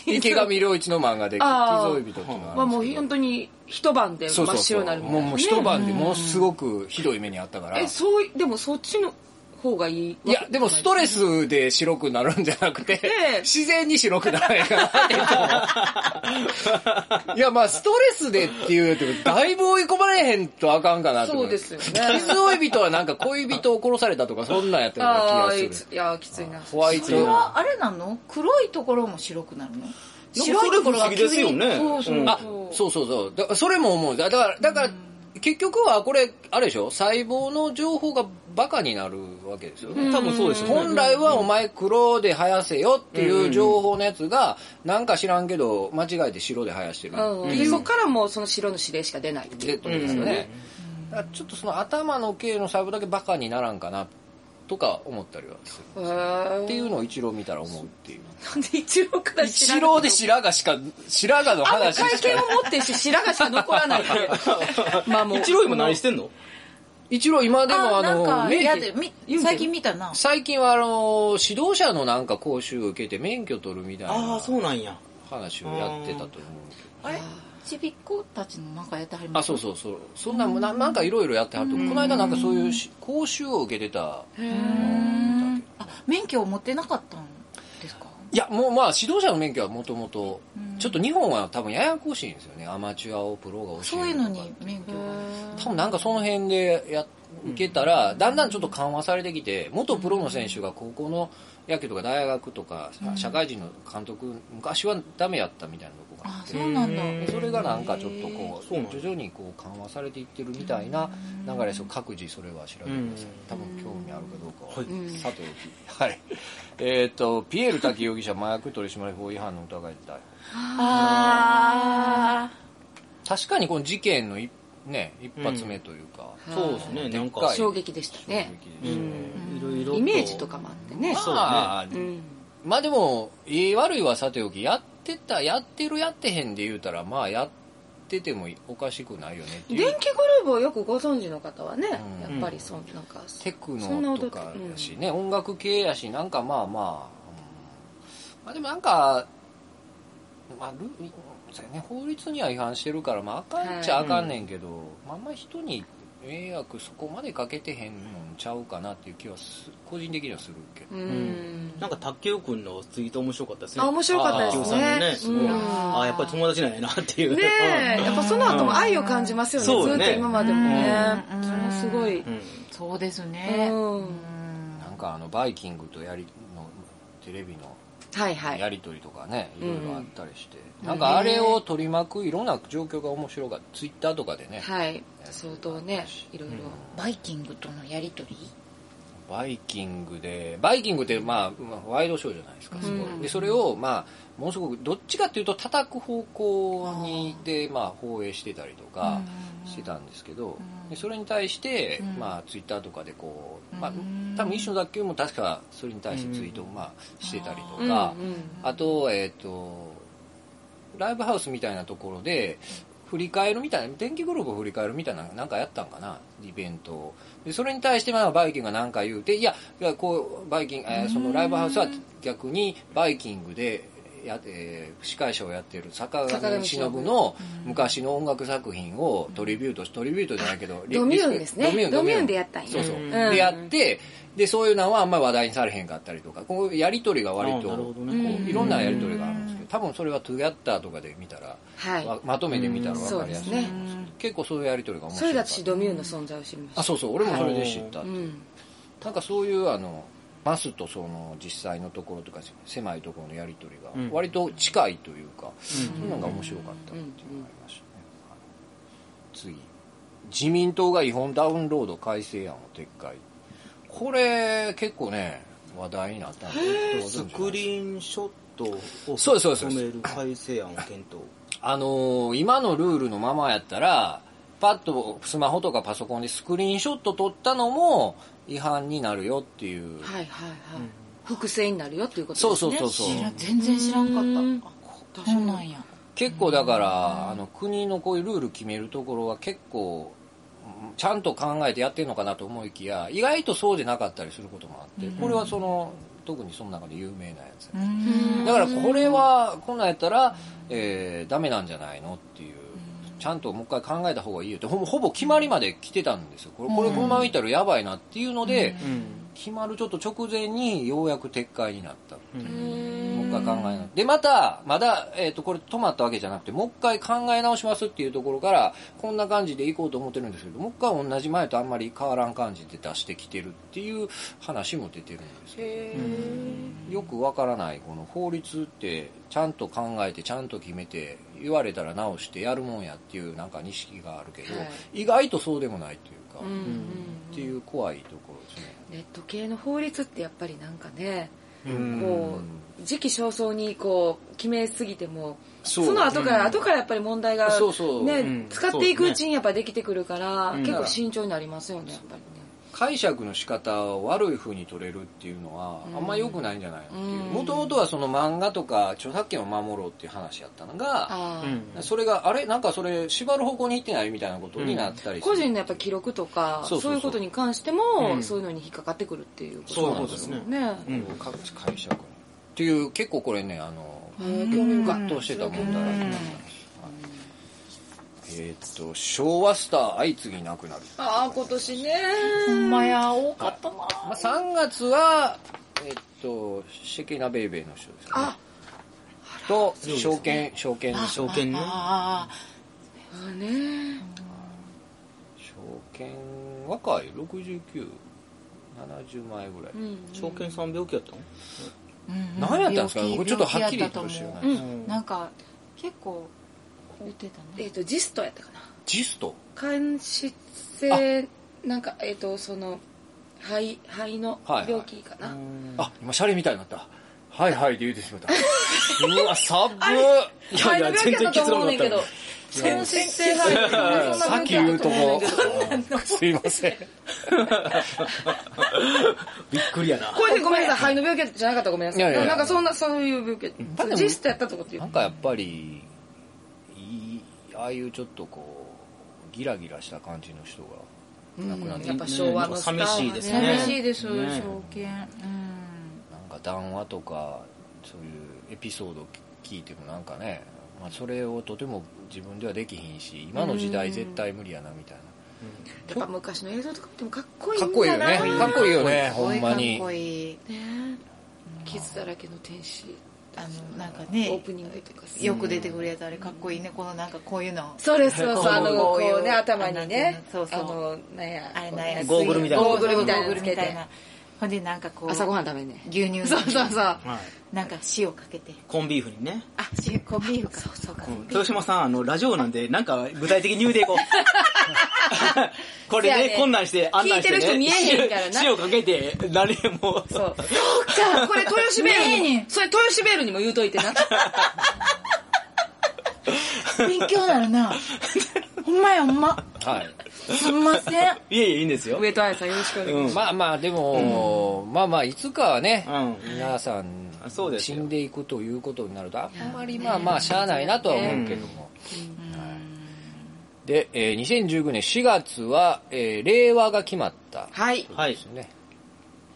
Speaker 2: 池上良一の漫画で、傷
Speaker 6: あー
Speaker 2: 追い人っていうのがあ
Speaker 6: ま
Speaker 2: る
Speaker 6: あ
Speaker 2: ん
Speaker 6: もう
Speaker 2: ですけど
Speaker 6: 本当に一晩で
Speaker 2: そ
Speaker 6: 真
Speaker 2: う
Speaker 6: っ
Speaker 2: そう
Speaker 6: 白
Speaker 2: そう
Speaker 6: になるみたい
Speaker 2: も
Speaker 6: な、
Speaker 2: う
Speaker 6: ね、
Speaker 2: もう一晩でもうすごくひどい目にあったから。
Speaker 6: え
Speaker 2: い
Speaker 6: そういでもそっちの方がいい
Speaker 2: や、でもストレスで白くなるんじゃなくて
Speaker 6: ええ、
Speaker 2: 自然に白くならへんかなってい
Speaker 6: [laughs]
Speaker 2: ういや、まあストレスでっていうよりだいぶ追い込まれへんとあかんかなって思。
Speaker 6: そうですよね
Speaker 2: 傷追い人はなんか恋人を殺されたとか、そんなんやったような
Speaker 6: ああ
Speaker 2: [laughs] 気
Speaker 6: い
Speaker 2: がする。
Speaker 6: やきついな
Speaker 2: ホワイ
Speaker 5: そ
Speaker 2: ト
Speaker 5: れはあれなの黒いところも白くなるの白いところが急に
Speaker 1: それ不思議ですよね
Speaker 5: そうそう、
Speaker 1: うん
Speaker 2: あそうそうそうだそれも思うだだからだから結局はこれあれでしょ細胞の情報がバカになるわけですよね
Speaker 1: 多分そうですよね。
Speaker 2: 本来はお前黒で生やせよっていう情報のやつがなんか知らんけど間違えて白で生やしてる
Speaker 6: うんでそっからもうその白の指令しか出ないってい
Speaker 2: で
Speaker 6: う
Speaker 2: とですよねだからちょっとその頭の系の細胞だけバカにならんかなとか思ったりはする
Speaker 6: へ
Speaker 2: って
Speaker 6: ー
Speaker 2: いうのを一郎見たら思うっていう
Speaker 6: なんで一郎から知ら
Speaker 2: 一
Speaker 6: ない
Speaker 2: 郎で白髪しか白髪の
Speaker 6: あ
Speaker 2: 話し
Speaker 6: 会見を
Speaker 2: か
Speaker 6: 持ってるし白髪しか残らない
Speaker 2: [laughs]
Speaker 6: ってまあもう
Speaker 1: 一郎今何してんの
Speaker 2: 一郎今でも
Speaker 5: あ
Speaker 2: あ
Speaker 5: なん
Speaker 2: の
Speaker 5: か
Speaker 2: 明治
Speaker 5: 嫌でみ最近見たな
Speaker 2: 最近はあの指導者のなんか講習受けて免許取るみたい
Speaker 1: ああ、
Speaker 2: な
Speaker 1: そうなんや。
Speaker 2: 話をやってたと思うけ
Speaker 5: あれちびっ子たちのなんかやってはり
Speaker 2: ど
Speaker 5: ま
Speaker 2: あ
Speaker 5: す
Speaker 2: そうそうそうそんなんもななんかいろいろやってはるとこの間なんかそういうし講習を受けてた
Speaker 5: うんあ免許を持ってなかったんですか
Speaker 2: いやもうまあ指導者の免許はもともとちょっと日本は多分ややこしいんですよねアマチュアをプロが教える
Speaker 5: そういう
Speaker 2: とか
Speaker 5: のに免許が
Speaker 2: 多分なんかその辺でや受けたら、だんだんちょっと緩和されてきて元プロの選手が高校の野球とか大学とか、社会人の監督昔はダメやったみたいなとこがあ
Speaker 5: あ
Speaker 2: って
Speaker 5: そうなんだ
Speaker 1: うん
Speaker 2: でそれがなんかちょっとこ
Speaker 1: そうなん
Speaker 2: う
Speaker 1: や
Speaker 2: 徐々にこう緩和されていってるみたいな流れですよ各自それは調べてください多分興味あるかどうかは、
Speaker 1: はい
Speaker 2: さておきはいえーっとピエール滝容疑者麻薬取締法違反の疑いで逮捕
Speaker 5: あ
Speaker 2: 確かにこの事件の一,、ね、一発目というか、
Speaker 1: そうですね、なん
Speaker 2: でっ
Speaker 1: か
Speaker 2: か。
Speaker 6: 衝撃でしたね
Speaker 1: う
Speaker 2: 衝撃でした
Speaker 1: ん
Speaker 2: ね
Speaker 1: いろいろ
Speaker 6: イメージとかもあってね
Speaker 1: そうね
Speaker 2: まあ
Speaker 6: うん
Speaker 2: まあでも、いい悪いはさておき、やってた、やってるやってへんで言うたら、まあやっててもおかしくないよねっていう
Speaker 6: 電。気グループをよくご存知の方はね、
Speaker 2: うん
Speaker 6: やっぱりそのなんか
Speaker 2: テクノとかやしね、音楽系やし、なんかまあまあ、うんまあでもなんか、まあ、ルそうやね、法律には違反してるから、まああかんっちゃあかんねんけど、まああんま人に迷惑そこまでかけてへんのんちゃうかなっていう気はす、個人的にはするけど。
Speaker 6: うん、
Speaker 1: なんか、卓球くんのツイート面白かったですね。
Speaker 6: あ面白かった
Speaker 1: 卓
Speaker 6: です
Speaker 1: 球さんのね、
Speaker 6: ね
Speaker 1: すごい。
Speaker 6: うん
Speaker 1: ああ、やっぱり友達なんやなっていう。
Speaker 6: ねえやっぱその後も愛を感じますよね、
Speaker 1: うんそう
Speaker 6: ず
Speaker 1: ね
Speaker 6: っと今までもね、
Speaker 5: うん
Speaker 6: それはすごい、
Speaker 1: うん。
Speaker 5: ーそうですね
Speaker 6: うん
Speaker 5: うん
Speaker 2: なんかあの、バイキングとやり、の、テレビの、
Speaker 6: はいはい
Speaker 2: やり取りとかね、い
Speaker 6: うん
Speaker 2: ろいろあったりして、なんかあれを取り巻くいろんな状況が面白かった、ツイッターとかでね、
Speaker 6: はい相当ねいろいろ、
Speaker 5: バイキングとのやりとり
Speaker 2: バイキングで、バイキングって、まあ、まあワイドショーじゃないですか、すごい。
Speaker 6: うん
Speaker 2: で、それを、まあ、ものすごく、どっちかっていうと、叩く方向に、で、まあ、放映してたりとかしてたんですけど、でそれに対して、
Speaker 5: うん
Speaker 2: まあ、ツイッターとかでこう、まあ
Speaker 5: うん、
Speaker 2: 多分、一種の卓球も確か、それに対してツイートを、まあ、してたりとか、
Speaker 6: うんうん
Speaker 2: あと、えっ、と、ライブハウスみたいなところで、振り返るみたいな、電気グループを振り返るみたいな、なんかやったんかな、イベントを。で、それに対して、まあ、バイキングが何か言うて、いや、いやこう、バイキング、えーそのライブハウスは逆に、バイキングで、や、えー司会者をやっている坂
Speaker 6: 坂
Speaker 2: 上
Speaker 6: 上
Speaker 2: 忍
Speaker 6: 忍
Speaker 2: の昔の音楽作品をトリビュートし、トリビュートじゃないけど、リ
Speaker 6: ドミューンです
Speaker 2: ド
Speaker 6: ね
Speaker 2: ミューン
Speaker 6: ドミューンでやったんや
Speaker 2: そうそう。
Speaker 1: うん
Speaker 2: でやって、で、そういうのはあんまり話題にされへんかったりとか、こうやりとりが割と、
Speaker 1: あーなるほどね
Speaker 2: こういろんなやりとりがあるんですけど、多分それはトゥギャッターとかで見たら、
Speaker 6: はい
Speaker 2: わまとめて見たら分
Speaker 6: そ
Speaker 2: か
Speaker 6: う
Speaker 2: り
Speaker 6: で
Speaker 2: やす
Speaker 6: す
Speaker 2: い。
Speaker 6: ね
Speaker 2: 結構そういうやりとりが面
Speaker 6: そ
Speaker 2: 白い
Speaker 6: れだと私ドミューンの存在を知りました
Speaker 2: あそうそう俺もそれで知ったって
Speaker 6: う
Speaker 2: いう、
Speaker 6: ん
Speaker 2: なんかそういうあのマスとその実際のところとか狭いところのやり取りが
Speaker 1: うん
Speaker 2: 割と近いというか、そういうのが面白かったっていうのがありましたね、はい次自民党が違法ダウンロード改正案を撤回これ結構ね話題になったんです
Speaker 1: スクリーンショットを
Speaker 2: そうですそうです
Speaker 1: 止める改正案を検討。
Speaker 2: あのー今のルールのままやったら、パッとスマホとかパソコンでスクリーンショット撮ったのも違反になるよっていう。
Speaker 6: はいはいはい複製になるよっていうことです
Speaker 2: そ
Speaker 6: ね
Speaker 2: うそうそうそう。
Speaker 5: 知らん全然知らんか
Speaker 6: うん
Speaker 5: ったあそうなんや
Speaker 2: 結構だから、あの国のこういうルール決めるところは結構、うんちゃんと考えてやってるのかなと思いきや、意外とそうでなかったりすることもあって、これはその、特にその中で有名なやつやね
Speaker 5: うん
Speaker 2: だからこれはこんなんやったら、えーダメなんじゃないのっていうちゃんともう一回考えた方がいいよってほぼほぼ決まりまで来てたんですよこれこれこのままいったらやばいなっていうので、決まるちょっと直前にようやく撤回になったっていうもう一回考えなでまたまだ、えー、とこれ止まったわけじゃなくてもう一回考え直しますっていうところからこんな感じでいこうと思ってるんですけどもう一回同じ前とあんまり変わらん感じで出してきてるっていう話も出てるんですけどよくわからないこの法律ってちゃんと考えてちゃんと決めて言われたら直してやるもんやっていうなんか認識があるけど、
Speaker 6: は
Speaker 2: 意外とそうでもないっていうか、
Speaker 6: うんうん
Speaker 2: っていう怖いところですね
Speaker 6: ネット系の法律ってやっぱりなんかね
Speaker 1: うん
Speaker 6: こう時期尚早にこう決めすぎても
Speaker 2: そう
Speaker 6: その後から、後からやっぱり問題が、
Speaker 2: そうそう
Speaker 6: ね
Speaker 1: うん
Speaker 6: 使っていくうちにやっぱできてくるから、
Speaker 1: うん
Speaker 6: 結構慎重になりますよね、やっぱりね。
Speaker 2: 解釈の仕方を悪い風に取れるっていうのは
Speaker 6: うん
Speaker 2: あんま良くないんじゃないのっていう
Speaker 6: うん
Speaker 2: もともとはその漫画とか著作権を守ろうっていう話やったのが
Speaker 6: ああ、
Speaker 1: うん
Speaker 2: それがあれなんかそれ縛る方向に行ってないみたいなことになったりする
Speaker 6: 個人のやっぱ記録とか、
Speaker 2: そ
Speaker 6: そうう
Speaker 2: そうそう
Speaker 6: いうことに関しても、
Speaker 1: うん
Speaker 6: そういうのに引っかかってくるっていうこと
Speaker 1: そういうことですね
Speaker 6: ね。
Speaker 1: うん
Speaker 2: 各自解釈っていう結構これねあの
Speaker 6: へー興味深い
Speaker 2: ガッとしてた問題だったんですよはいえーっと昭和スター相次ぎなくなる、
Speaker 6: ああ、今年ね。
Speaker 5: ほんまや多かったな
Speaker 2: まあ、3月はえーっとシェケナベイベーの人ですかね
Speaker 6: あ
Speaker 2: と証券証券の人
Speaker 1: 証券ね。
Speaker 5: ああ
Speaker 6: あーね
Speaker 2: 証券若い6970前ぐらい、
Speaker 6: うん。
Speaker 1: 証券さん病気やったの
Speaker 5: うんうん
Speaker 2: 何やったんですか
Speaker 5: 病気
Speaker 2: 僕ちょっとはっきり
Speaker 5: 病
Speaker 2: 言って知
Speaker 5: 気やた
Speaker 2: らない
Speaker 5: と
Speaker 2: で
Speaker 5: 思
Speaker 2: す、
Speaker 1: うん
Speaker 5: うなんか結構言ってた
Speaker 6: え
Speaker 5: ね
Speaker 6: っと、ジストやったかな。
Speaker 2: ジスト
Speaker 6: 間質性、なんか、えっと、その、肺、肺の病気かな。
Speaker 2: あ今シャレみたいになったはいはいって言うてしまったうわサブ
Speaker 1: いやいや、全然結論だったよ。
Speaker 6: 間質性肺炎そんな
Speaker 2: さっ
Speaker 6: 病
Speaker 2: き
Speaker 6: 気や
Speaker 2: 言
Speaker 6: っ
Speaker 2: う
Speaker 6: たと
Speaker 2: と
Speaker 6: 思う
Speaker 2: こ
Speaker 6: ねんだけど。
Speaker 2: [laughs] すいません
Speaker 1: びっくりやな。
Speaker 6: これでごめんなさい、肺の病気じゃなかったらごめんなさい。
Speaker 2: いやいや
Speaker 6: なんかそんな、そういう病気。
Speaker 2: でも
Speaker 6: ジストやったとかって言
Speaker 2: な
Speaker 6: うん
Speaker 2: かやっぱりいいああいうちょっとこうギラギラした感じの人が亡くなって、
Speaker 6: やっぱ昭和のスターは、
Speaker 1: 寂しいですね
Speaker 5: 寂しいです
Speaker 1: ね
Speaker 5: 証券うん
Speaker 2: なんか談話とかそういうエピソード聞いてもなんかね、まあ、それをとても自分ではできひんし今の時代絶対無理やなみたいな、
Speaker 6: やっぱ昔の映像とか見てもかっこいい
Speaker 2: かっこいいよね
Speaker 6: んだな
Speaker 2: かっこいいよね
Speaker 5: かっこ
Speaker 2: ほ
Speaker 5: い
Speaker 2: ん
Speaker 5: い
Speaker 2: ま
Speaker 5: かっこ
Speaker 2: に
Speaker 5: いい
Speaker 6: ね傷だらけの天使。
Speaker 5: あのなんか
Speaker 6: オー
Speaker 5: ね
Speaker 6: プニングとかさ
Speaker 5: よく出てくるやつあれかっこいいねこのなんかこういうの
Speaker 6: そうです、そうそう、あの、
Speaker 5: こういう
Speaker 6: こうね、頭にね、
Speaker 5: そうそう
Speaker 6: あの、なんや、
Speaker 5: あれなんや
Speaker 1: ゴーグルみたいな
Speaker 6: ゴーグルみたいな
Speaker 5: ゴ
Speaker 6: の
Speaker 5: ーグ
Speaker 6: つ
Speaker 5: ルみ
Speaker 6: け
Speaker 5: たい
Speaker 6: て。
Speaker 5: なほんでなんかこう
Speaker 6: 朝ごはん食べんね。
Speaker 5: 牛乳
Speaker 6: そうそうそう。
Speaker 1: はい
Speaker 5: なんか塩かけて
Speaker 1: コンビーフにね。
Speaker 5: あ塩コンビーフかそうそうか
Speaker 1: うん豊島さん、あの、ラジオなんで、なんか具体的に言うていこう。
Speaker 6: [laughs]
Speaker 1: これ
Speaker 6: そう
Speaker 1: ね
Speaker 6: やね
Speaker 1: こんなんして、あんなんして、ね。
Speaker 6: 聞いてる人見えへんからな
Speaker 1: 塩塩かけて、誰も。
Speaker 6: そう。そうか、これ豊洲ベール
Speaker 5: ね
Speaker 6: に、それ豊洲ベールにも言うといて
Speaker 5: [laughs]
Speaker 6: な。
Speaker 5: 勉強なる [laughs] なほんまやほんま
Speaker 2: はい
Speaker 5: すんません
Speaker 1: いえいえ、いいんですよ。
Speaker 6: 上戸彩さんよろしくお願いします。
Speaker 1: うん。
Speaker 2: まあまあでも、まあまあいつかはね、
Speaker 1: うん
Speaker 2: 皆さん
Speaker 1: あそうです
Speaker 2: 死
Speaker 1: よ
Speaker 2: んでいくということになるとあんまりまあまあしゃあないなとは思うけども、はい、で、えー2019年4月は、えー令和が決まった
Speaker 6: はい。
Speaker 1: はい
Speaker 2: です。ね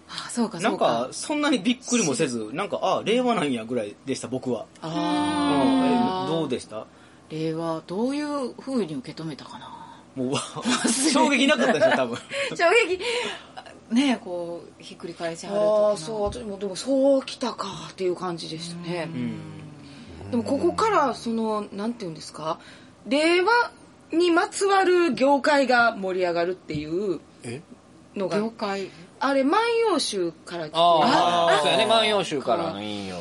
Speaker 5: あそうか
Speaker 1: な
Speaker 5: そうんか
Speaker 1: か、そんなにびっくりもせず、なんか、あ、令和なんやぐらいでした、僕は。うん
Speaker 5: あ
Speaker 1: え
Speaker 5: ー
Speaker 1: どうでした
Speaker 5: 令和どういう風に受け止めたかな
Speaker 1: もう、衝撃なかったでしょ、多分。
Speaker 5: 衝撃 [laughs] ねえこうひっくり返しはる
Speaker 6: ああ
Speaker 5: と
Speaker 6: そう私もでもそうきたかっていう感じでしたね、でもここからそのなんて言うんですか令和にまつわる業界が盛り上がるっていう
Speaker 2: え
Speaker 6: のが
Speaker 5: 業界
Speaker 6: あれ万葉集から来て
Speaker 2: ああ、そうやね、万葉集からの引用。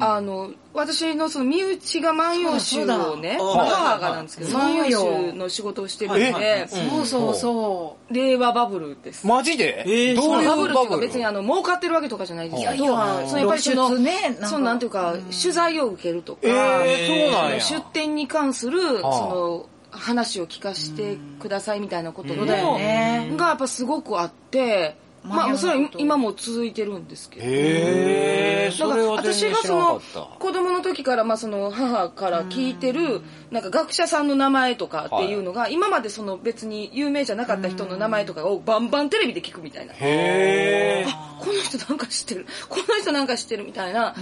Speaker 6: あの、私のその身内が万葉集をね、
Speaker 1: そうだそうだ
Speaker 6: 母がなんですけど、
Speaker 5: は
Speaker 6: 万
Speaker 5: いはい
Speaker 6: 葉
Speaker 5: はい
Speaker 6: 集の仕事をしてるん
Speaker 1: えはいは
Speaker 6: で
Speaker 1: い、
Speaker 5: そうそうそう
Speaker 6: 令和バブルです。
Speaker 2: マジで
Speaker 1: えー
Speaker 2: どうい
Speaker 6: バブ
Speaker 2: う
Speaker 6: ルって
Speaker 2: バ
Speaker 6: いうか
Speaker 2: ブル
Speaker 6: 別にあの、儲かってるわけとかじゃないですけど、
Speaker 5: いや
Speaker 6: そのやっぱりその、
Speaker 5: 露出ねなんか
Speaker 6: そうなんていうか、取材を受けるとか、
Speaker 2: えーそうなんや
Speaker 6: その出店に関する、
Speaker 2: あ
Speaker 6: その、話を聞かせてくださいみたいなことの、
Speaker 5: だよね
Speaker 6: がやっぱすごくあって、ま
Speaker 5: 万葉
Speaker 6: あ、
Speaker 5: の
Speaker 6: それは
Speaker 5: こと
Speaker 6: 今も続いてるんですけど。
Speaker 2: えー、
Speaker 6: だ
Speaker 2: そ
Speaker 6: か
Speaker 2: れ
Speaker 6: ら
Speaker 2: は全
Speaker 6: 私
Speaker 2: 然
Speaker 6: が
Speaker 2: 知ら
Speaker 6: そ
Speaker 2: なか
Speaker 6: の
Speaker 2: った。
Speaker 6: 子供の時からまあその母から聞いてるなんか学者さんの名前とかっていうのが今までその別に有名じゃなかった人の名前とかをバンバンテレビで聞くみたいな
Speaker 2: へー。
Speaker 6: あ [laughs] この人なんか知ってるこの人なんか知ってるみたいな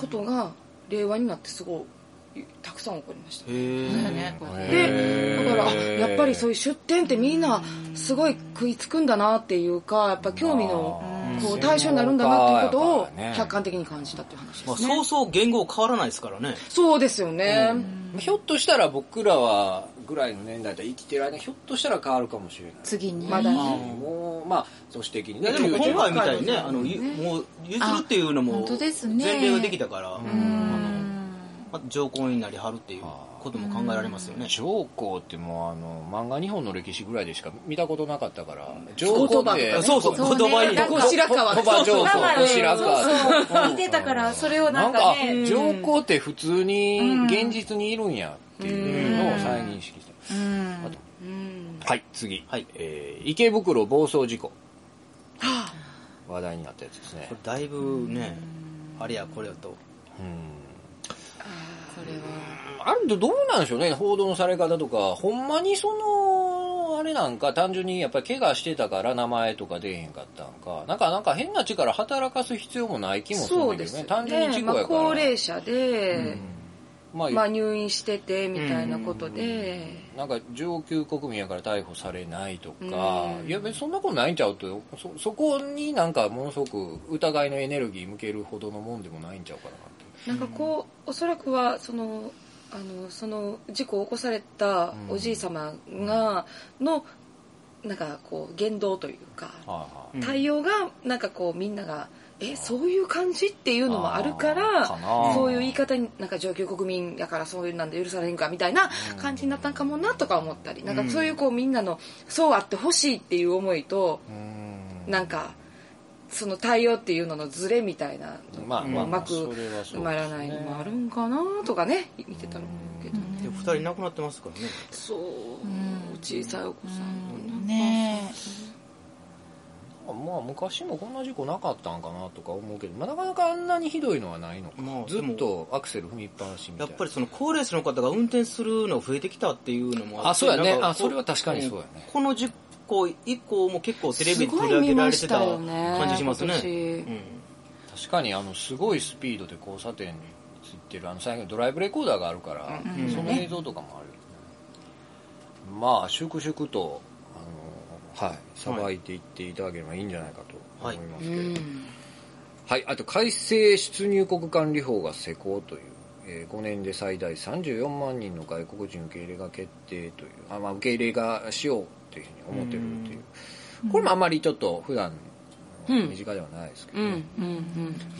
Speaker 6: ことが令和になってすごいたくさん起こりました
Speaker 5: そうだねこうやって
Speaker 6: でだからあやっぱりそういう出店ってみんなすごい食いつくんだなっていうかやっぱ興味のこう対象になるんだなっていうことを客観的に感じたっていう話です
Speaker 1: まあ、そうそう言語変わらないですからね。
Speaker 6: そうですよね、
Speaker 2: ひょっとしたら僕らは、ぐらいの年代で生きてる間、ひょっとしたら変わるかもしれない。
Speaker 5: 次に
Speaker 6: まだね
Speaker 2: もう、まあ、組織的に
Speaker 1: いや
Speaker 2: ね。
Speaker 1: でも今回みたいにね、
Speaker 6: 90
Speaker 1: あの、ゆもう、譲るっていうの
Speaker 5: あ
Speaker 1: も
Speaker 5: 本当です、ね
Speaker 1: 前例ができたから、
Speaker 5: うん
Speaker 1: まあ上皇になりはるっていうことも考えられますよね。
Speaker 2: 上皇ってもうあの漫画日本の歴史ぐらいでしか見たことなかったから上皇って
Speaker 1: そうそう、
Speaker 5: そうね
Speaker 1: 言葉に。
Speaker 5: なん
Speaker 6: こ
Speaker 5: か
Speaker 6: う白川
Speaker 2: 鳥羽上皇
Speaker 5: 生
Speaker 2: と
Speaker 5: で
Speaker 2: 白川
Speaker 5: そうそう見てたからそれをな
Speaker 2: なんん
Speaker 5: か
Speaker 2: か
Speaker 5: ね
Speaker 2: あ上皇って普通に現実にいるんやっていうのを再認識した
Speaker 5: うん
Speaker 2: はい次、
Speaker 1: はい
Speaker 2: えー池袋暴走事故話題になったやつですね
Speaker 1: これだいぶね、あれやこれやと。
Speaker 2: あれどうなんでしょうね報道のされ方とかほんまにそのあれなんか単純にやっぱり怪我してたから名前とか出えへんかったんかなんかなんか変な力働かす必要もない気もするん
Speaker 6: そう
Speaker 2: だけ
Speaker 6: で
Speaker 2: ど
Speaker 6: す
Speaker 2: ね
Speaker 6: よね
Speaker 2: 単純に事故
Speaker 6: ま
Speaker 2: や
Speaker 6: あ、
Speaker 2: から、
Speaker 6: 高齢者で、
Speaker 2: まあ
Speaker 6: まあ、入院しててみたいなことで、
Speaker 2: なんか上級国民やから逮捕されないとか、いや別にそんなことないんちゃうとそそこになんかものすごく疑いのエネルギー向けるほどのもんでもないんちゃうかなって
Speaker 6: なんかこうおそらくはそのあのその事故を起こされたおじい様がの、なんかこう言動というか、
Speaker 2: はいはい
Speaker 6: 対応がなんかこうみんながえそういう感じっていうのもあるか
Speaker 2: あ
Speaker 6: ら
Speaker 2: ーかな
Speaker 6: そういう言い方になんか上級国民やからそういうなんで許されへんかみたいな感じになったんかもなとか思ったりなんかそういうこうみんなのそうあってほしいっていう思いとなんかその対応っていうののズレみたいなの
Speaker 2: まあまあ
Speaker 6: うまく
Speaker 2: それはそう
Speaker 6: 埋まらないのもあるんかなとかね見てたのけどね
Speaker 1: で、二人亡くなってますからね。
Speaker 6: そう小さいお子さんの
Speaker 5: ね
Speaker 2: まあ昔もこんな事故なかったんかなとか思うけど、まあ、なかなかあんなにひどいのはないのか、
Speaker 1: まあ
Speaker 2: ずっとアクセル踏みっぱなしみた
Speaker 1: や
Speaker 2: い
Speaker 1: っ
Speaker 2: な
Speaker 1: ぱりその高齢者の方が運転するの増えてきたっていうのもって
Speaker 2: あそうやね
Speaker 1: なんか
Speaker 2: あそれは確かにそうやね
Speaker 1: この10個以降も結構テレビです取り上
Speaker 6: ごい
Speaker 1: げ
Speaker 6: 見
Speaker 1: ら
Speaker 6: ま
Speaker 1: れて
Speaker 6: したたよ
Speaker 1: 感
Speaker 6: ね
Speaker 1: じしますね。
Speaker 6: 今年
Speaker 2: 確かにあのすごいスピードで交差点についてるあの最後にドライブレコーダーがあるから、その映像とかもあるよね、まあ粛々とあのはいさばいていっていただければいいんじゃないかと思いますけれども、はいあと改正出入国管理法が施行という、え5年で最大34万人の外国人受け入れが決定というあ、まあ、受け入れがしようというふうに思ってるという、これもあまりちょっと普段の身近ではないですけど、ね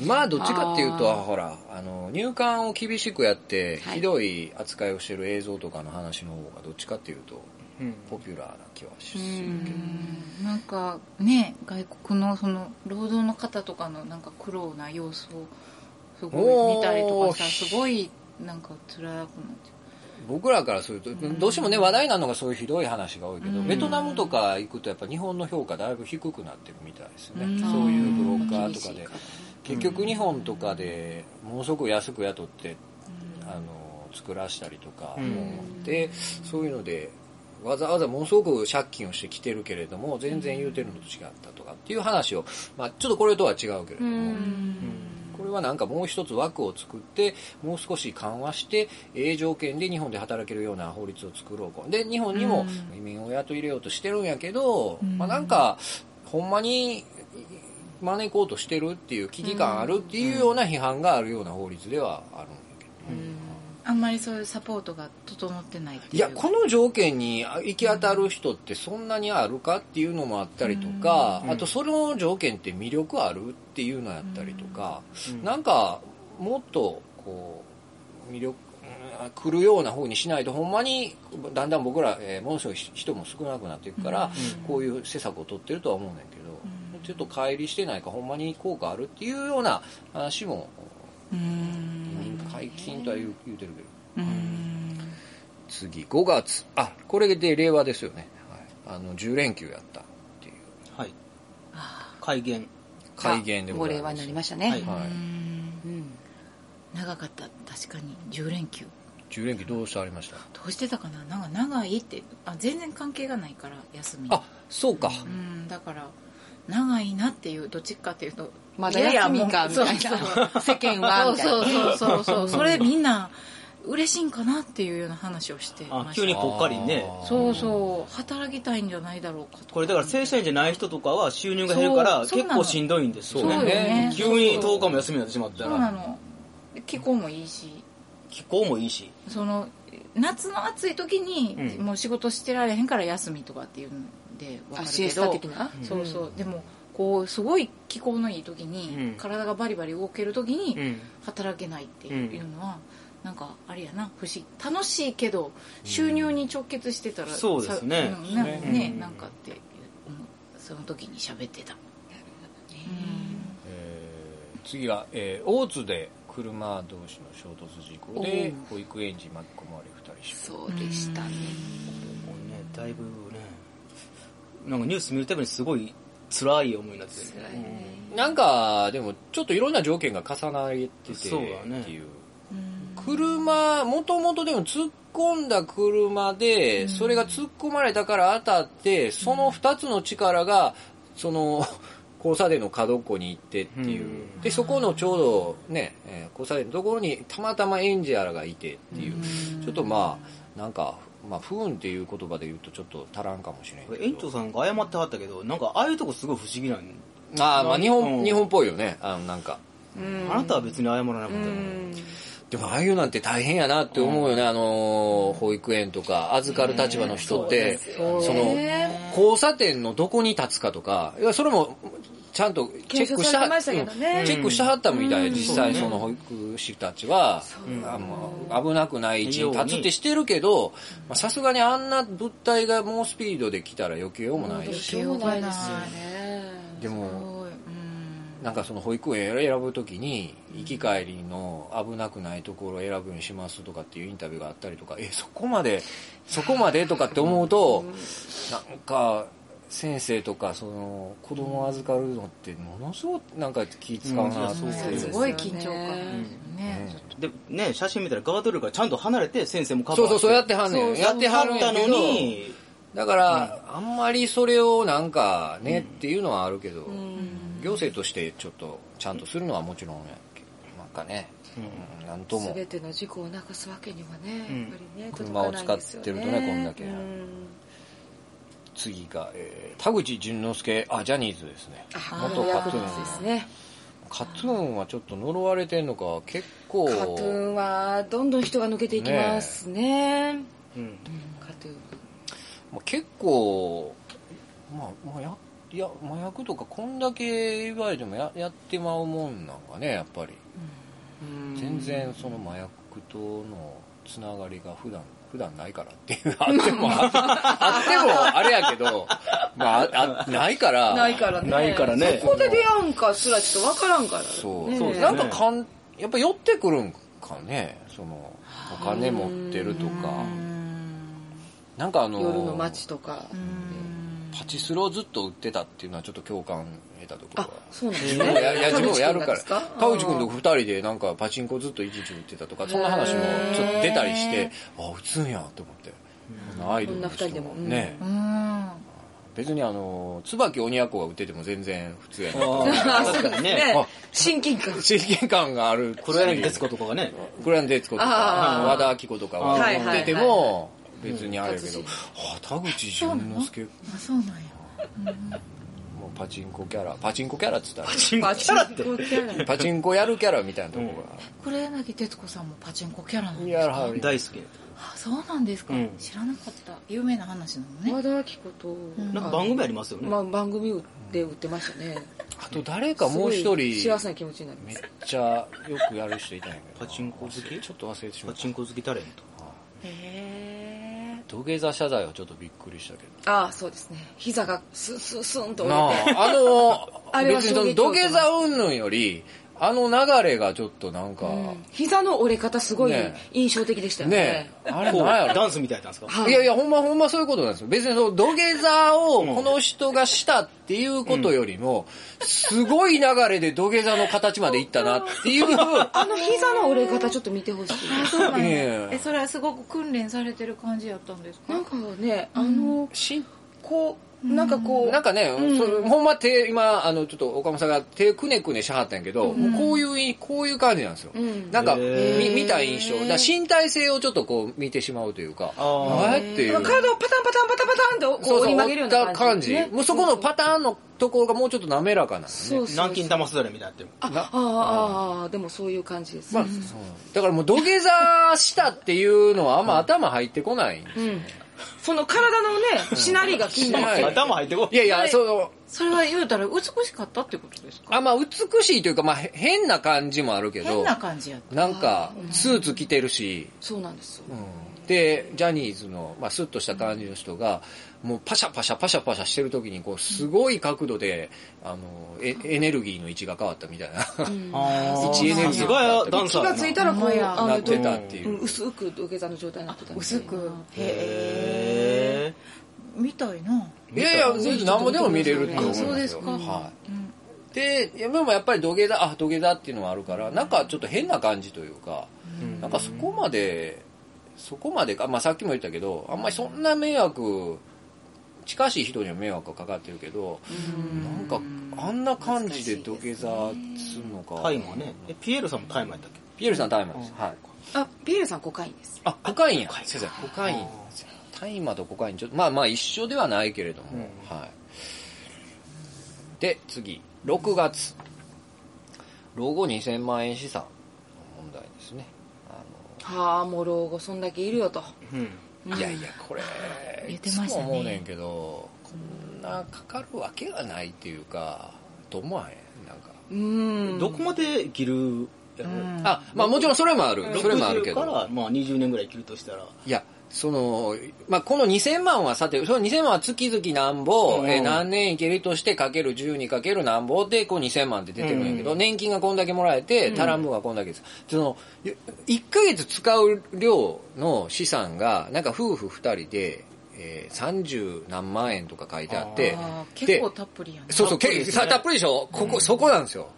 Speaker 2: まあどっちかっていうとほらあの入管を厳しくやってひどい扱いをしてる映像とかの話の方がどっちかっていうと
Speaker 1: うん
Speaker 2: ポピュラーな気はしするけど、
Speaker 5: えなんかね外国のその労働の方とかのなんか苦労な様子をすごい見たりとかさ
Speaker 2: おー
Speaker 5: すごいなんか辛くなっちゃ
Speaker 2: 僕らからするとどうしてもね話題なのがそういうひどい話が多いけど、ベトナムとか行くとやっぱ日本の評価だいぶ低くなってるみたいですね、そういうブローカーとかで結局日本とかでものすごく安く雇って、あの作らしたりとかも、でそういうのでわざわざものすごく借金をしてきてるけれども全然言うてるのと違ったとかっていう話を、まあ、ちょっとこれとは違うけれども、これはなんかもう一つ枠を作ってもう少し緩和してええ条件で日本で働けるような法律を作ろうかで日本にも移民を雇い入れようとしてるんやけど、まあ、なんかほんまに招こうとしてるっていう危機感あるっていうような批判があるような法律ではあるんやけど。
Speaker 5: あんまりそういうサポートが整ってないっていう
Speaker 2: いや、この条件に行き当たる人ってそんなにあるかっていうのもあったりとか、あとその条件って魅力あるっていうのやったりとか、なんかもっとこう魅力うん来るような方にしないとほんまにだんだん僕ら、えーものすごい人も少なくなっていくから、こういう施策を取ってるとは思うねんけど、ちょっと乖離してないかほんまに効果あるっていうような話も
Speaker 5: うー
Speaker 2: 移
Speaker 5: ん
Speaker 2: 民解禁とは言う言うてるけど。次5月あこれで令和ですよね、はい、あの10連休やったっていう
Speaker 1: はい。改元。
Speaker 2: 改元で
Speaker 6: ご
Speaker 2: ござ
Speaker 6: 令
Speaker 2: い
Speaker 6: 和
Speaker 2: ま
Speaker 6: にな
Speaker 2: す
Speaker 6: りましたね。
Speaker 1: はい
Speaker 2: はい、
Speaker 6: うん
Speaker 5: 長かった確かに10連休
Speaker 2: 10連休どうしてありました
Speaker 5: どうしてたかななんか長いってあ全然関係がないから休み
Speaker 2: あそうか、
Speaker 5: うんだから長いなっていうどっちかっていうと
Speaker 6: まだ休みか、み [laughs]
Speaker 5: い
Speaker 6: た
Speaker 5: やい
Speaker 6: い
Speaker 5: やもうそうそう
Speaker 6: な。世間は、みたい
Speaker 5: そう
Speaker 6: な。
Speaker 5: そうそうそうそれみんな嬉しいんかなっていうような話をしてまし
Speaker 1: あ
Speaker 5: た、
Speaker 1: 急にぽっかりね。
Speaker 2: あー
Speaker 5: そうそう働きたいんじゃないだろうかと
Speaker 1: これだから正社員じゃない人とかは収入が減るから
Speaker 5: そうそう
Speaker 1: 結
Speaker 5: なの
Speaker 1: 構しんどいんですよ
Speaker 5: そうよ
Speaker 1: ね。
Speaker 5: ね
Speaker 1: 急に10日も休みになってしまった
Speaker 5: そうな
Speaker 1: ら、
Speaker 5: ので気候もいいし
Speaker 1: 気候もいいし。
Speaker 5: その夏の暑い時に
Speaker 1: うん
Speaker 5: もう仕事してられへんから休みとかっていうんで分か
Speaker 6: あ、
Speaker 5: る
Speaker 6: シエ
Speaker 5: け
Speaker 6: スタ
Speaker 5: ど
Speaker 6: 的な。
Speaker 5: そうそうでもこうすごい気候のいい時に、
Speaker 1: うん
Speaker 5: 体がバリバリ動ける時に
Speaker 1: うん。
Speaker 5: 働けないっていうのは、なんかあれやな不思議楽しいけど収入に直結してたら、
Speaker 1: うんそうですね
Speaker 5: さうんね
Speaker 1: ね
Speaker 5: ね
Speaker 1: うん
Speaker 5: なんかっていう、うんその時に喋ってた、
Speaker 2: えー次が、えー大津で車同士の衝突事故で保育園児巻き込まれ2人死亡
Speaker 6: そうでしたね。
Speaker 1: もうね、だいぶね、なんかニュース見るたびにすごい辛い思いになってる
Speaker 6: 辛
Speaker 1: ね
Speaker 6: いね
Speaker 2: なんかでもちょっといろんな条件が重なっててってい
Speaker 1: そううだね
Speaker 2: 車もともとでも突っ込んだ車で、それが突っ込まれたから当たってその2つの力がその [laughs] 交差点の角っこに行ってっていう、
Speaker 1: うん
Speaker 2: でそこのちょうどね、えー交差点のところにたまたまエンジェラがいてっていう、ちょっとまあなんか、まあ、不運っていう言葉で言うとちょっと足らんかもしれない
Speaker 1: これ園長さんが謝ってはったけど、なんかああいうとこすごい不思議なん
Speaker 2: あーまあ日本、
Speaker 1: うん
Speaker 2: 日本っぽいよねあのなんか
Speaker 6: うん
Speaker 1: あなたは別に謝らなかったよね。
Speaker 2: でもああいうなんて大変やなって思うよね、あのー保育園とか預かる立場の人って、その交差点のどこに立つかとかいやそれもちゃんとチェックした
Speaker 6: 検証されてましたけどね
Speaker 2: うんチェックしたはったみたい、
Speaker 6: うん
Speaker 2: 実際その保育士たちは、あの危なくない位置に立つってしてるけどまあさすがにあんな物体が猛スピードで来たら余計ようもないし、
Speaker 6: しょうがないですよね。
Speaker 2: でも
Speaker 5: おいうん
Speaker 2: なんかその保育園を選ぶときに行き帰りの危なくないところを選ぶようにしますとかっていうインタビューがあったりとかえそこまでそこまでとかって思うとなんか先生とかその子供を預かるのってものすごくなんか気使うなって
Speaker 1: うんいやそう
Speaker 2: い
Speaker 5: す
Speaker 2: う
Speaker 5: ごい緊張感なんですよ
Speaker 2: うん
Speaker 5: ねちょっ
Speaker 1: で、ね、写真見たらガードレールからちゃんと離れて先生もカバ
Speaker 2: そ
Speaker 1: ー
Speaker 2: うそうそうやって
Speaker 1: は
Speaker 2: はんねんやっては
Speaker 1: は
Speaker 2: るん
Speaker 1: った
Speaker 2: やけ
Speaker 1: の
Speaker 2: ど
Speaker 1: に、
Speaker 2: だからあんまりそれをなんかねっていうのはあるけど行政としてちょっとちゃんとするのはもちろんやけどなんかねうんなんと
Speaker 6: す
Speaker 2: も
Speaker 6: べての事故をなくすわけにはね、やっ
Speaker 1: うん
Speaker 6: ぱりね、
Speaker 2: 車を使ってるとね
Speaker 6: 届かない
Speaker 2: こん
Speaker 6: ん
Speaker 2: だ
Speaker 6: です
Speaker 2: け
Speaker 6: ようん
Speaker 2: 次が、えー田口淳之介あジャニーズですね
Speaker 6: あ、
Speaker 2: 元
Speaker 6: 元
Speaker 2: カ
Speaker 6: カ
Speaker 2: ト
Speaker 6: ト
Speaker 2: ゥ
Speaker 6: ゥ
Speaker 2: ー
Speaker 6: ー
Speaker 2: ン
Speaker 6: ンですね。
Speaker 2: カトゥーンはちょっと呪われてんのか結構
Speaker 6: カトゥーンは、どんどん人が抜けていきますね。
Speaker 1: うん
Speaker 6: カトゥーン。
Speaker 2: まあ結構、まあ、まあやいや麻薬とかこんだけ以外でもややってまうもんなんかねやっぱり、全然その麻薬とのつながりが普段 [laughs] 普段ないからっていう
Speaker 6: [laughs]
Speaker 2: あってもあってあってもあれやけど、まあ、ああないから
Speaker 6: ないからね。
Speaker 1: ないからね
Speaker 6: そこで出会うんかすらちょっとわからんから。
Speaker 2: そう、
Speaker 6: ね
Speaker 1: そうですね
Speaker 2: なんかかんやっぱ寄ってくるんかねそのお金持ってるとかなんかあの
Speaker 6: 夜の街とか。
Speaker 2: パチスロをずっと売ってたっていうのはちょっと共感得たところ
Speaker 6: あ
Speaker 2: が、
Speaker 6: そうなんで
Speaker 2: 自
Speaker 6: す
Speaker 2: 分
Speaker 6: ね。
Speaker 2: もやいや自分もやるから
Speaker 6: 田
Speaker 2: 田口君と
Speaker 6: か
Speaker 2: 二人でなんかパチンコずっと一日売ってたとかそんな話もちょっと出たりしてあ打つんやと思ってアイドルの人
Speaker 6: こんな二人でもうん
Speaker 2: ね
Speaker 5: うーん
Speaker 2: 別にあの椿鬼奴が打ってても全然普通やな
Speaker 1: あー確かにね。
Speaker 2: あ
Speaker 6: 親近感。
Speaker 2: 親近感がある
Speaker 1: 黒柳徹子とかがね。
Speaker 2: 黒柳徹子と
Speaker 6: あ
Speaker 2: か
Speaker 6: ー
Speaker 2: 和田アキ子とかは
Speaker 1: はい
Speaker 6: はい
Speaker 2: 出ても別にあれやけど
Speaker 6: うん
Speaker 2: あ田口淳之介
Speaker 5: あそうなんや
Speaker 2: もうパチンコキャラパチンコキャラっつったら
Speaker 1: チンコキャラって。
Speaker 5: パチンコキャラ
Speaker 2: パチンコやるキャラみたいなとこ
Speaker 5: 黒柳徹子さんもパチンコキャラなん
Speaker 2: が
Speaker 5: で
Speaker 2: やらは
Speaker 1: 大好き。
Speaker 5: あそうなんですか、
Speaker 1: うん
Speaker 5: 知らなかった有名な話なのね
Speaker 6: 和田アキ子と、
Speaker 5: ん
Speaker 1: なんか番組ありますよね。
Speaker 6: まあ、番組で売ってましたね。
Speaker 2: あと誰かもう一
Speaker 6: すごい幸せ
Speaker 2: 人
Speaker 6: な気持ちになりま
Speaker 2: めっ
Speaker 6: す。
Speaker 2: ちゃよくやる人いたんやけど
Speaker 1: パチンコ好き
Speaker 2: ちょっと忘れてしま
Speaker 1: パ
Speaker 2: っ
Speaker 1: チ
Speaker 2: た
Speaker 1: ンコ好きタレント。
Speaker 5: へえ
Speaker 2: 土下座謝罪はちょっとびっくりしたけど
Speaker 6: ああ、そうですね。膝がスンスンスンと折
Speaker 2: な
Speaker 6: れ
Speaker 2: あ
Speaker 6: て。、
Speaker 2: あの、
Speaker 6: あれは
Speaker 2: 別
Speaker 6: 衝撃を
Speaker 2: に土下座云々より、あの流れがちょっとなんか、
Speaker 6: うん膝の折れ方すごい
Speaker 2: ね
Speaker 6: 印象的でしたよね。
Speaker 2: ねえ、あれ
Speaker 1: こう
Speaker 2: なんやろ
Speaker 1: ダンスみたいなんですか
Speaker 6: はい
Speaker 2: いやいや、ほんまほんまそういうことなんですよ。別にその土下座をこの人がしたっていうことよりも、すごい流れで土下座の形までいったなっていう、
Speaker 6: あの膝の折れ方ちょっと見てほしい。
Speaker 5: あそうなん
Speaker 2: ね
Speaker 5: や
Speaker 2: え
Speaker 5: えそれはすごく訓練されてる感じやったんですか
Speaker 6: なんかね、あの、
Speaker 2: し
Speaker 6: こう、なんかこう、
Speaker 2: なんかね、
Speaker 6: ん
Speaker 2: それほんま手、今、あの、ちょっと岡本さんが手くねくねしはったんやけど、もうこういうい、こういう感じなんですよ。
Speaker 6: うん
Speaker 2: なんか、
Speaker 1: へ
Speaker 2: み
Speaker 1: ー
Speaker 2: 見た印象。だから身体性をちょっとこう見てしまうというか、
Speaker 1: あー
Speaker 2: あれっていう。
Speaker 6: 体をパタンパタンパタンパタンとこう折り曲げるよう
Speaker 2: 折っ
Speaker 6: な
Speaker 2: た
Speaker 6: 感
Speaker 2: 感
Speaker 6: じ
Speaker 2: じ
Speaker 6: ですね。。
Speaker 2: もうそこのパターンのところがもうちょっと滑らかなんですね。
Speaker 6: そうそうそう
Speaker 1: 南京玉すだれみたいになってる。
Speaker 6: あ
Speaker 2: な
Speaker 6: ああああ、でもそういう感じです。
Speaker 2: まあ、そうだからもう土下座したっていうのはあんま頭入ってこない。
Speaker 6: うん。その体のね、しなりが気になっ
Speaker 2: し
Speaker 6: て
Speaker 2: なり
Speaker 6: る。
Speaker 1: 頭入ってこ
Speaker 2: いやいや、
Speaker 5: はい
Speaker 2: その、
Speaker 5: それは言うたら美しかったってことですか
Speaker 2: あ、まあ美しいというか、まあへ変な感じもあるけ
Speaker 5: 変
Speaker 2: ど、
Speaker 5: な感じやった
Speaker 2: なんか、スーツ着てるし、
Speaker 6: そうなんですよ。
Speaker 2: で、ジャニーズの、まあ、スッとした感じの人が、もうパシャパシャパシャパシャしてる時に、こう、すごい角度で、あの、エエネルギーの位置が変わったみたいな。
Speaker 1: あ
Speaker 2: 一エネ
Speaker 1: さ
Speaker 2: ルギ
Speaker 1: す
Speaker 2: ー
Speaker 1: が
Speaker 2: が
Speaker 1: やダンサ
Speaker 6: 気
Speaker 1: ー
Speaker 6: が
Speaker 1: や
Speaker 6: つい
Speaker 1: な。
Speaker 6: たらこういう、
Speaker 5: な
Speaker 6: あ
Speaker 2: な
Speaker 6: の、。
Speaker 2: ってたっていううん
Speaker 6: 薄く土下座の状態になってたんです
Speaker 5: 薄
Speaker 6: よ
Speaker 5: くへえ
Speaker 1: へ
Speaker 5: みたいない
Speaker 2: やいや、全然何もでも見れると思い
Speaker 6: あ
Speaker 2: ますよ。
Speaker 6: そうですか
Speaker 2: はい。で、いやでもやっぱり土下座、あ、土下座っていうのはあるから、なんかちょっと変な感じというか、なんかそこまで、そこまでか、まあさっきも言ったけど、あんまりそんな迷惑、近しい人には迷惑がかかってるけど、なんか、あんな感じで土下座するのか。
Speaker 1: タイマーね。え、ピエールさんもタイマーやったっけ
Speaker 2: ピエールさんタイマーです。はい。
Speaker 6: あ、ピエールさんコカインです。
Speaker 2: あ、コカインや。先生、コカインなんですよ。タイマーとコカイン、ちょっと、まあまあ一緒ではないけれども、はい。で、次、6月。老後2000万円資産の問題ですね。
Speaker 6: はあ、もう老後そんだけいるよと。
Speaker 1: うん。
Speaker 2: いやいや、これ、
Speaker 5: 言
Speaker 2: い
Speaker 5: って
Speaker 2: つ
Speaker 5: ましたね
Speaker 2: も思うねんけど、こんなかかるわけがないっていうか、と思わへん。なんか。
Speaker 6: うん。
Speaker 1: どこまで生きるやろ
Speaker 2: あ、まあもちろんそれもある。それもあるけ
Speaker 1: 60か
Speaker 2: ど。
Speaker 1: ら、まあ20年ぐらい生きるとしたら。
Speaker 2: いや、その、まあ、この2000万はさて、その2000万は月々なんぼ、
Speaker 1: うん
Speaker 2: えー何年いけるとしてかける10にかけるなんぼで、こう2000万って出てくるんやけど、年金がこんだけもらえて、足らん分がこんだけです。その、1ヶ月使う量の資産が、なんか夫婦2人で、えー、30何万円とか書いてあって、
Speaker 5: あー
Speaker 2: で
Speaker 5: 結構たっぷりやね
Speaker 2: そうそう、
Speaker 1: たっぷり
Speaker 2: け
Speaker 1: ですね
Speaker 2: さたっぷりでしょここ、そこなんですよ。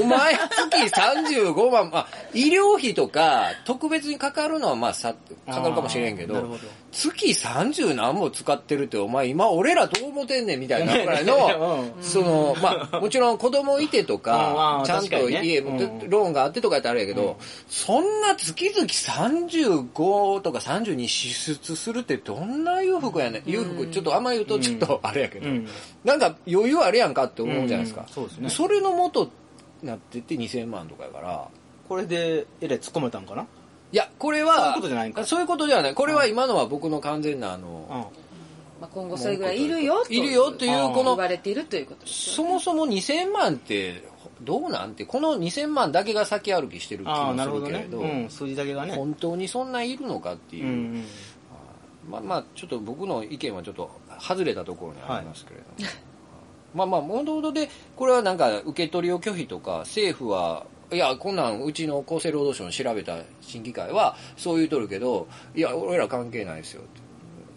Speaker 2: お前、月35万、まあ、医療費とか、特別にかかるのは、まあ、さ、かかるかもしれんけど、
Speaker 1: あーなるほど
Speaker 2: 月30何も使ってるって、お前、今、俺らどう思ってんねん、みた
Speaker 1: [laughs]、
Speaker 2: いなぐらいの
Speaker 1: うん
Speaker 2: その、まあ、もちろん子供いてと
Speaker 1: うんあ
Speaker 2: か
Speaker 1: ー、
Speaker 2: ちゃん
Speaker 1: 確か
Speaker 2: と
Speaker 1: にね
Speaker 2: 家、
Speaker 1: うん
Speaker 2: ローンがあってとかやったらあれやけど、そんな月々35とか32支出するって、どんな裕福やねん。裕福、ちょっとあんま言うと、ちょっとあれやけど。
Speaker 1: うん
Speaker 2: なんか余裕あるやんかって思うじゃないですか。
Speaker 1: うんそうですね
Speaker 2: れの元になってって2000万とかやから、
Speaker 1: これで、えらい突っ込まれたんかない
Speaker 2: や、これは、
Speaker 1: そういうことじゃないんか
Speaker 2: そういうことではない。これは今のは僕の完全な、あ
Speaker 1: う
Speaker 2: の、
Speaker 1: ん。
Speaker 6: まあ、今後それぐらいいるよと
Speaker 2: いるよというこの
Speaker 6: 言われているということです
Speaker 2: そ
Speaker 6: よね。
Speaker 2: もそも2000万って、どうなんて、この2000万だけが先歩きしてる気
Speaker 1: ああ、
Speaker 2: も
Speaker 1: な
Speaker 2: す
Speaker 1: るほ
Speaker 2: る
Speaker 1: どね
Speaker 2: けれ。ど、
Speaker 1: うん、数字だけがね。
Speaker 2: 本当にそんないるのかっていう
Speaker 1: う、ん。
Speaker 2: まあまあ、ちょっと僕の意見はちょっと外れたところにありますけれども。 [laughs] まあまあ、もともとで、これはなんか、受け取りを拒否とか、政府は、いや、こんなん、うちの厚生労働省の調べた審議会は、そう言うとるけど、いや、俺ら関係ないですよ。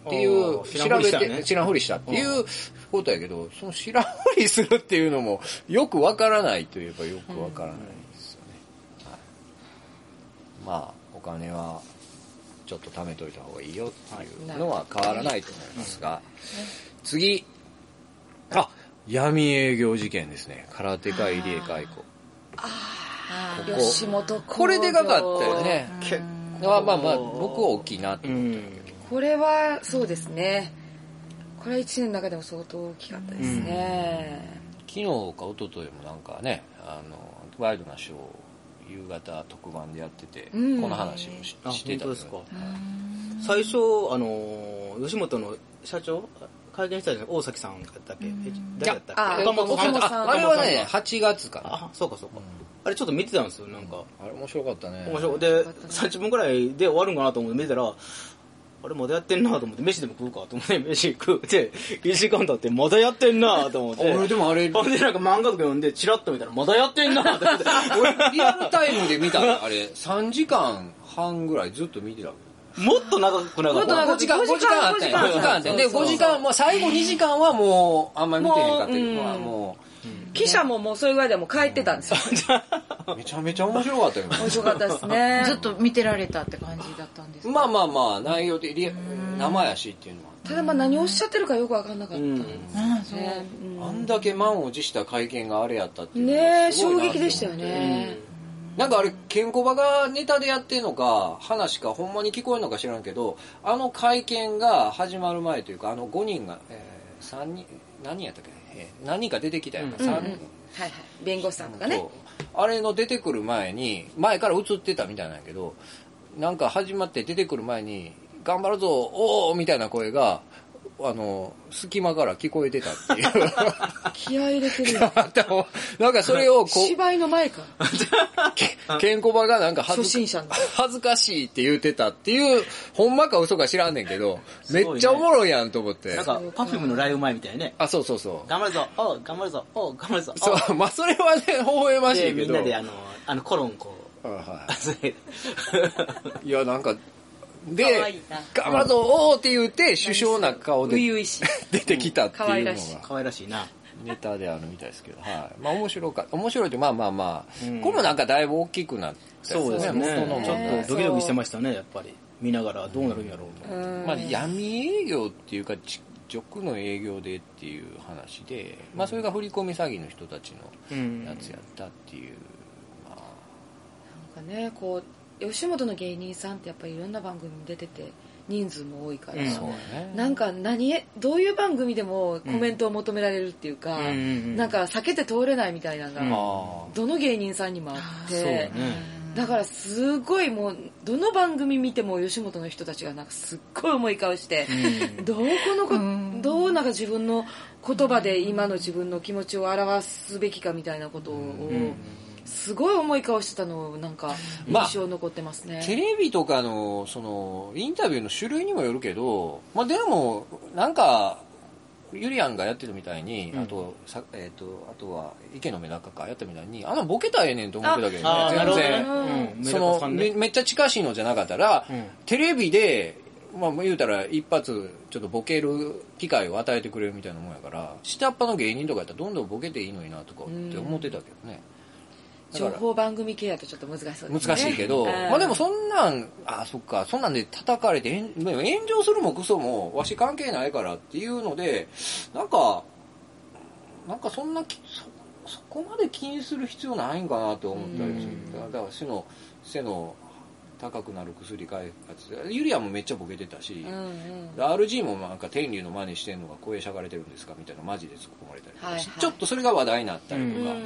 Speaker 2: っていう、
Speaker 1: おー知らんふ
Speaker 2: 調
Speaker 1: り
Speaker 2: べ
Speaker 1: したね
Speaker 2: て、知らんふりしたっていうことやけど、その知らんふりするっていうのも、よくわからないといえばよくわからないですよね。はいまあ、お金は、ちょっと貯めといた方がいいよっていう
Speaker 6: はい
Speaker 2: のは変わらないと思いますが、次、あ、闇営業事件ですね。空手会入江解雇。
Speaker 5: あ
Speaker 2: ここ
Speaker 6: 吉本興業
Speaker 2: これでかかったよね。
Speaker 1: 結
Speaker 2: まあまあまあ、僕は大きいなと
Speaker 1: う
Speaker 2: 思って。
Speaker 1: ん
Speaker 6: これはそうですねこれは1年の中でも相当大きかったですね、
Speaker 2: 昨日か一昨日もなんかね、あの、ワイドなショーを夕方特番でやってて、
Speaker 6: うん
Speaker 2: この話をし
Speaker 1: あ
Speaker 2: し
Speaker 1: 本
Speaker 2: てた
Speaker 1: 当
Speaker 2: の
Speaker 1: ですか最初あのー吉本の社長会見したじゃない大崎さんだったっけえ誰だったっ
Speaker 6: あ
Speaker 1: け
Speaker 6: 岡
Speaker 2: 岡
Speaker 6: 本さん
Speaker 2: 本さんあれはね、8月かな。
Speaker 1: あそうかそうかあれちょっと見てたんですよなんか
Speaker 2: あれ面白かったね。
Speaker 1: 面白いで30分くらいで終わるんかなと思って見てたらあれまだやってんなと思って飯でも食うかと思って [laughs] 飯食うて1時間経ってまだやってんなと思 [laughs] って
Speaker 2: 俺でもあれ、
Speaker 1: ほんでなんか漫画とか読んでチラッと見たらまだやってんなと思 [laughs] って
Speaker 2: 俺リアルタイムで見たのあれ、3時間半ぐらいずっと見てたわけ
Speaker 1: もっと長くなか
Speaker 6: も
Speaker 1: っ
Speaker 6: っと
Speaker 1: た
Speaker 2: 5
Speaker 6: 長く
Speaker 2: 時間、5時間あったよ。5時間あったよ。で、5時間、もう最後2時間はもう、あんまり見てへんかったけど、
Speaker 6: もう
Speaker 2: まあも
Speaker 6: 記者ももうそういう具合ではもう帰ってたんですよ
Speaker 2: う、めちゃめちゃ面白かったよ。
Speaker 6: 面白かったですね
Speaker 5: あずっと見てられたって感じだったんですか
Speaker 2: まあまあまあ、内容的、リア生やしっていうのは。
Speaker 6: ただまあ何をおっしゃってるかよく分かんなかった、
Speaker 1: うん
Speaker 5: ああそう
Speaker 6: ねうん
Speaker 2: あんだけ満を持した会見があれやったっていうのは
Speaker 6: ねえ
Speaker 2: すごい
Speaker 6: 衝
Speaker 2: なって思う
Speaker 6: 撃でしたよね、
Speaker 2: なんかあれ、ケンコバがネタでやってんのか、話か、ほんまに聞こえるのか知らんけど、あの会見が始まる前というか、あの5人が、えー、3人、何人やったっけ、えー何人か出てきたやんか、
Speaker 1: うん
Speaker 2: 3人。
Speaker 6: はいはい弁護士さんとかね
Speaker 2: そうあれの出てくる前に前から映ってたみたいなんやけどなんか始まって出てくる前に「頑張るぞおお!」みたいな声があの隙間から聞こえてたっていう [laughs]
Speaker 6: 気合い入れてるよ
Speaker 2: あのなんかそれをこう
Speaker 6: 芝居の前か
Speaker 2: ケンコバがなんか恥ず
Speaker 6: 初心
Speaker 2: か
Speaker 6: 者の
Speaker 2: 恥ずかしいって言ってたっていうほんまか嘘か知らんねんけどめ
Speaker 1: ごい
Speaker 2: っ
Speaker 1: ね
Speaker 2: ちゃおもろいやんと思って
Speaker 1: なんかパフュームのライブ前みたいね
Speaker 2: あそうそうそう
Speaker 1: 頑張るぞおう頑張るぞおう頑張るぞお
Speaker 2: そうまあそれはね微笑まし
Speaker 1: で
Speaker 2: いけ
Speaker 1: みん
Speaker 2: ど
Speaker 1: なであのあのコロンこう
Speaker 2: うんはい
Speaker 1: 集めて
Speaker 2: いや、なんか、
Speaker 5: 可愛
Speaker 2: で
Speaker 5: いな、
Speaker 2: 頑張るぞ、おーって言って、首相な顔で
Speaker 6: 初々しい
Speaker 2: 出てきたって
Speaker 6: 可
Speaker 2: い
Speaker 6: 愛
Speaker 2: うの
Speaker 6: らしい
Speaker 2: が、
Speaker 1: [laughs] 可愛らしいな
Speaker 2: ネタであるみたいですけど、はい。まあ面白かった。面白いって、まあまあまあ、これもなんかだいぶ大きくなったよ元の
Speaker 1: ち
Speaker 2: ち
Speaker 1: ょ
Speaker 2: ょ
Speaker 1: っ
Speaker 2: っ
Speaker 1: とドキドキしてましたねやっぱり見ながらどうなるんやろうと思って
Speaker 2: と、まあ闇営業っていうか、ち直の営業でっていう話で、まあそれが振り込み詐欺の人たち
Speaker 1: うん
Speaker 2: のやつやったっていう、まあ、
Speaker 6: なんかねこう吉本の芸人さんってやっぱりいろんな番組に出てて人数も多いから、
Speaker 1: うん
Speaker 2: そうやね。
Speaker 6: なんか何へどういう番組でもコメントを求められるっていうか、
Speaker 1: うんうんうん
Speaker 6: なんか避けて通れないみたいなのが、
Speaker 1: うん
Speaker 2: あ
Speaker 6: どの芸人さんにもあっ
Speaker 1: そう
Speaker 6: て
Speaker 1: ね
Speaker 6: だからすごいもうどの番組見ても吉本の人たちがなんかすっごい重い顔して、どうこのこ、どうなんか自分の言葉で今の自分の気持ちを表すべきかみたいなことを、すごい重い顔してたのをなんか
Speaker 2: まあ
Speaker 6: 印象に残ってますね、
Speaker 2: テレビとかの、その、インタビューの種類にもよるけど、まあでも、なんか、ゆりやんがやってるみたいに、あと、さえっ、と、あとは、池のメダカかやったみたいに、あんなボケたらええねんと思ってたけ
Speaker 1: あ
Speaker 2: ど
Speaker 1: あ
Speaker 2: ね、
Speaker 1: なる
Speaker 2: 全
Speaker 1: ほど
Speaker 2: 然。
Speaker 1: ねうんメ
Speaker 2: そ
Speaker 1: ダカさ
Speaker 2: の
Speaker 1: ん
Speaker 2: め、
Speaker 1: ね
Speaker 2: めっちゃ近しいのじゃなかったら、
Speaker 1: うん
Speaker 2: テレビで、まあ言うたら一発ちょっとボケる機会を与えてくれるみたいなもんやから、下っ端の芸人とかやったらどんどんボケていいのになとかって思ってたけどね。だ
Speaker 6: 情
Speaker 2: から
Speaker 6: 報番組系だとちょっと難しそうですね
Speaker 2: 難しいけど、
Speaker 6: うん
Speaker 2: まあでもそんなん、あ、そっか、そんなんで叩かれて、炎でも炎上するもクソも、わし関係ないからっていうので、なんか、なんかそんなきそ、そこまで気にする必要ないんかなと思ったりする。だからだから背の、背の高くなる薬開発。ユリアもめっちゃボケてたし、
Speaker 6: うんうん、
Speaker 2: RG もなんか天竜の真似してんのが声しゃがれてるんですかみたいなマジで突っ込まれたりとかし、
Speaker 6: はいはい
Speaker 2: ちょっとそれが話題になったりとか、
Speaker 6: う
Speaker 2: なん
Speaker 6: ん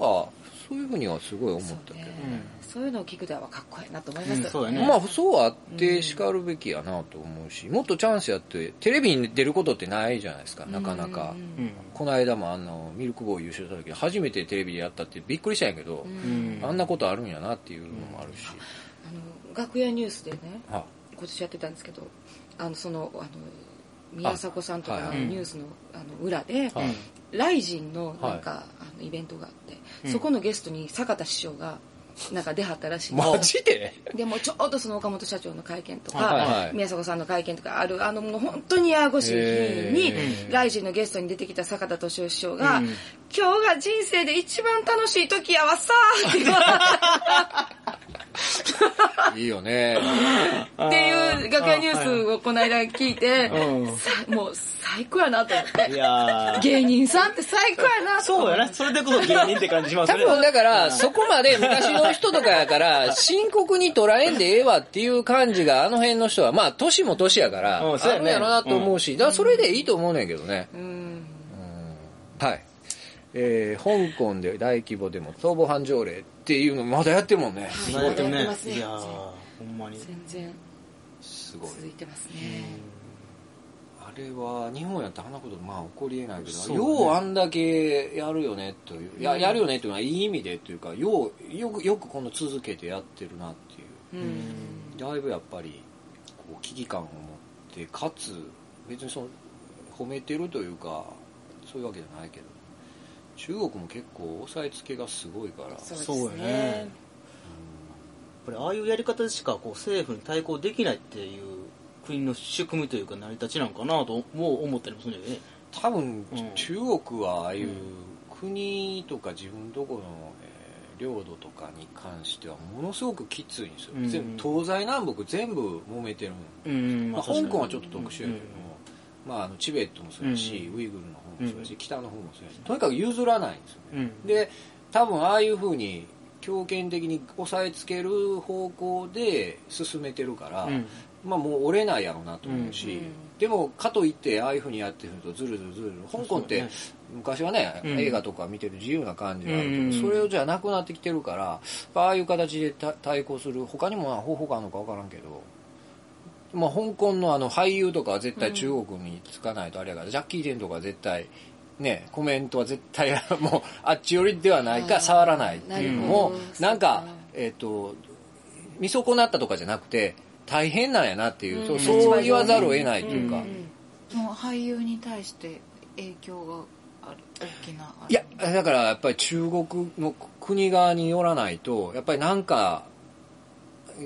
Speaker 2: かそういうふうにはすごい思っ
Speaker 6: そう
Speaker 2: たけど
Speaker 6: ね
Speaker 2: ね。
Speaker 6: そういうのを聞くではかっこいいなと思いうま
Speaker 1: ん
Speaker 6: す、
Speaker 1: そうだね
Speaker 2: まあそうあってしかるべきやなと思うし、もっとチャンスやって、テレビに出ることってないじゃないですか、なかなか。
Speaker 1: うん
Speaker 2: この間もあの、ミルクボーイ優勝した時初めてテレビでやったってびっくりしたんやけ
Speaker 1: う
Speaker 2: ど、
Speaker 1: ん
Speaker 2: あんなことあるんやなっていうのもある
Speaker 1: [laughs]
Speaker 2: し。
Speaker 6: あの楽屋ニュースでね
Speaker 2: は
Speaker 6: 今年やってたんですけどあのそのあの宮迫さんとか
Speaker 2: あ
Speaker 6: の
Speaker 2: はい
Speaker 1: はい
Speaker 6: ニュースのあの裏で、
Speaker 2: はい
Speaker 6: ライジンのなんか、あのイベントがあって、そこのゲストに坂田師匠がなんか出はったらしいんです
Speaker 2: マジで
Speaker 6: でもうちょうどその岡本社長の会見とか、
Speaker 2: はいはい
Speaker 6: 宮迫さんの会見とかあるあのもう本当にややこしい日にライジンのゲストに出てきた坂田敏夫師匠が、今
Speaker 2: [laughs]
Speaker 6: 日が人生で一番楽しい時やわさーって言わ
Speaker 2: いいよね。
Speaker 6: っていう楽屋ニュースをこの間聞いて、
Speaker 1: うん
Speaker 6: さもう最高やなと思って
Speaker 1: いやー
Speaker 6: 芸人さんって最高やな
Speaker 1: そうやな。それでこそ芸人って感じします
Speaker 2: 多
Speaker 1: ね。
Speaker 2: 分だから、そこまで昔の人とかやから、 [laughs] 深刻に捉えんでええわっていう感じが、あの辺の人は、まあ、年も年やから、
Speaker 1: うんそう
Speaker 2: あ
Speaker 1: や
Speaker 2: るん
Speaker 1: ね
Speaker 2: やろなと思うし、だからそれでいいと思うねんけどね。
Speaker 6: うん
Speaker 2: はい。えー、香港で大規模でも逃亡犯条例っていうのまだやってるもんね。
Speaker 1: 今やってる
Speaker 6: やって
Speaker 1: ね
Speaker 6: ます。ね
Speaker 1: いやーほんまに。
Speaker 6: 全然
Speaker 2: すごい。
Speaker 6: 続いてますね
Speaker 2: あれは、日本やったらあんなこと、まあ、起こりえないけど、
Speaker 1: そうね
Speaker 2: ようあんだけやるよねという、ややるよねというのはいい意味でというか、よう、よく、よくこの続けてやってるなっていう。
Speaker 6: うん
Speaker 2: だいぶやっぱりこう危機感を持ってかつ別にその褒めてるというかそういうわけじゃないけど中国も結構押さえつけがすごいから
Speaker 1: そうやね。やっぱりああいうやり方でしかこう政府に対抗できないっていう国の仕組みというか成り立ちなんかなとも思ったりもするんだよね。
Speaker 2: 多分、
Speaker 1: うん
Speaker 2: 中国はああいう
Speaker 1: う
Speaker 2: 国とか自分とこの、えー領土とかに関してはものすごくきついんですよ、
Speaker 1: うん
Speaker 2: 全部東西南北全部揉めてるん
Speaker 1: うん
Speaker 2: まあ、香港はちょっと特殊やけども、まあ、あのチベットもそうやし、
Speaker 1: う
Speaker 2: ウイグルの方もそうやし、北の方もそうやしとにかく譲らないんですよね、
Speaker 1: うん
Speaker 2: で多分ああいうふうに強権的に押さえつける方向で進めてるから、
Speaker 1: うん
Speaker 2: まあ、もう折れないやろうなと思うし、
Speaker 6: うんうん
Speaker 2: でもかといってああいうふうにやってるとずるずるずる香港って、
Speaker 1: そうね
Speaker 2: 昔はね、
Speaker 1: うん
Speaker 2: 映画とか見てる自由な感じがあるけど、
Speaker 1: うん
Speaker 2: それをじゃあなくなってきてるからああいう形でた対抗する他にもまあ方法があるのか分からんけど。まあ、香港のあの俳優とかは絶対中国につかないとあれやから、ジャッキー・デンとか絶対ね、コメントは絶対もうあっち寄りではないか触らないっていうのも
Speaker 6: なるほど
Speaker 2: なんか
Speaker 6: そうか、
Speaker 2: えっと見損なったとかじゃなくて大変なんやなっていう、
Speaker 6: うん
Speaker 2: そうそう言わざるを得ないというか、
Speaker 5: もう俳優に対して影響がある大きなあれ
Speaker 2: いや、だからやっぱり中国の国側によらないと、やっぱりなんか、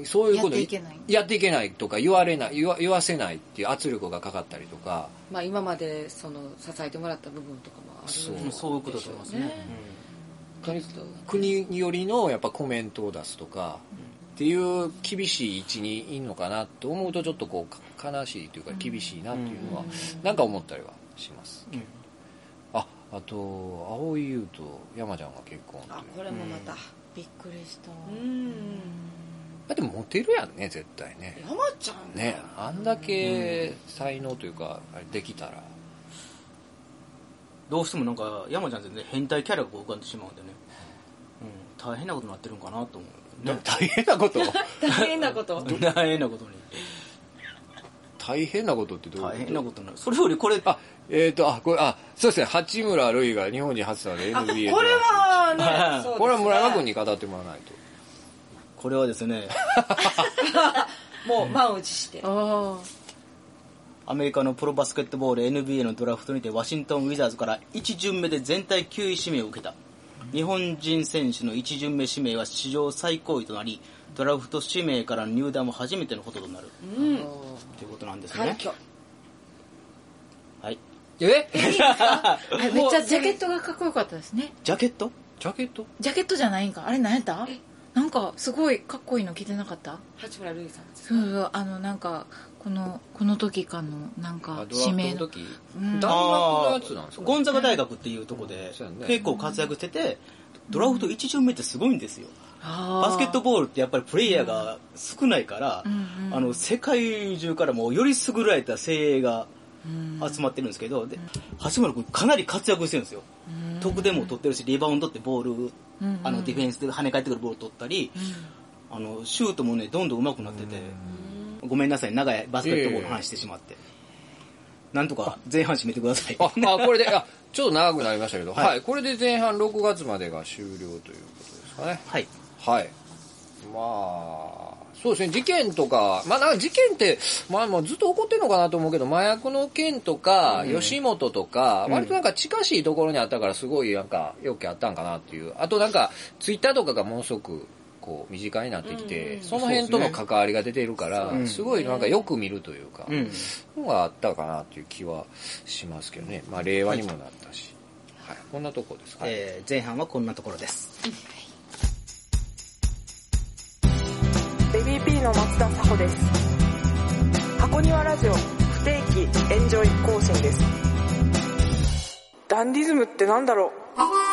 Speaker 2: そういうこと
Speaker 5: やっていけない
Speaker 2: やっていけないとか言われない、言わ言わせないっていう圧力がかかったりとか、
Speaker 6: まあ今までその支えてもらった部分とかもある
Speaker 2: そう
Speaker 1: うんそういうことだと思いますね。
Speaker 6: 国
Speaker 2: 国によりのやっぱコメントを出すとか、っていう厳しい位置にいんのかなと思うとちょっとこうか悲しいというか厳しいなっていうのは、なんか思ったりはします。
Speaker 1: うん
Speaker 2: あ、あと、青井優と山ちゃんが結婚という
Speaker 6: あ。これもまた
Speaker 5: びっくりした
Speaker 6: うん
Speaker 2: だってモテるやんね、絶対ね。
Speaker 6: 山ちゃん
Speaker 2: ねあんだけ才能というか、あれできたら
Speaker 1: どうしてもなんか山ちゃん全然変態キャラがこう浮かんでしまうんでね。うん大変なことになってるんかなと思う。ね
Speaker 2: 大変なこと
Speaker 6: 大変
Speaker 2: [laughs]
Speaker 6: なこと
Speaker 1: 大変なことに。
Speaker 2: 大変なことってどういうこと
Speaker 1: 大変なことになる。それよりこれ、
Speaker 2: あえっ、とあこれあそうですね八村塁が日本人初なので NBA
Speaker 6: これはね
Speaker 1: はい
Speaker 6: そうですね
Speaker 2: [laughs] これは村山君に語ってもらわないと
Speaker 1: これはですね、
Speaker 6: もう満を持して
Speaker 5: あ
Speaker 1: アメリカのプロバスケットボール NBA のドラフトにてワシントン・ウィザーズから1巡目で全体9位指名を受けた。日本人選手の1巡目指名は史上最高位となり、ドラフト指名からの入団も初めてのこととなる。
Speaker 6: うん
Speaker 1: ということなんです
Speaker 6: 快
Speaker 1: ね。
Speaker 6: 挙
Speaker 1: はい。
Speaker 2: え
Speaker 5: あめっちゃジャケットがかっこよかったですね
Speaker 1: ジャケット
Speaker 2: ジャケット
Speaker 5: ジャケットじゃないんかあれ何やったなんかすごいかっこいいの着てなかった
Speaker 6: 八村塁さんです
Speaker 5: そうそうあのなんかこのこの時かのなん
Speaker 2: あ
Speaker 5: か
Speaker 2: ドラフ
Speaker 5: 指
Speaker 2: ト
Speaker 5: 名
Speaker 2: の
Speaker 5: の
Speaker 2: 時
Speaker 5: う
Speaker 2: 大
Speaker 5: ん
Speaker 2: 学のやつなんですか
Speaker 1: ゴンザガ大学っていうとこで
Speaker 2: そうやね
Speaker 1: 結構活躍してて、ドラフト1巡目ってすごいんですよ。
Speaker 5: あー
Speaker 1: バスケットボールってやっぱりプレイヤーが少ないから、
Speaker 5: うんうん
Speaker 1: あの世界中からもうより優れた精鋭が集まってるんですけど、で橋村君かなり活躍してるんですよ、得点も取ってるしリバウンドってボール、
Speaker 5: うん
Speaker 1: あのディフェンスで跳ね返ってくるボール取ったり、あのシュートもねどんどん上手くなってて、ごめんなさい長いバスケットボールの話してしまって、なんとか前半締めてください
Speaker 2: ああこれであちょっと長くなりましたけど、は、
Speaker 1: はいい
Speaker 2: これで前半6月までが終了ということですかね
Speaker 1: はい
Speaker 2: はい。まあ、そうですね、事件とか、まあなんか事件って、まあもうずっと起こってるのかなと思うけど、麻薬の件とか、吉本とか、割となんか近しいところにあったから、すごいなんか、よくあったんかなっていう。あとなんか、ツイッターとかがものすごく、こう、身近になってきて、その辺との関わりが出てるから、す
Speaker 1: ね
Speaker 2: ごいなんかよく見るというか、
Speaker 1: うん
Speaker 2: のがあったかなっていう気はしますけどね。まあ令和にもなったし。はい。こんなとこですか、ね。
Speaker 1: えー前半はこんなところです。
Speaker 4: TBP の松田佐穂です箱庭ラジオ不定期エンジョイ更新ですダンディズムってなんだろう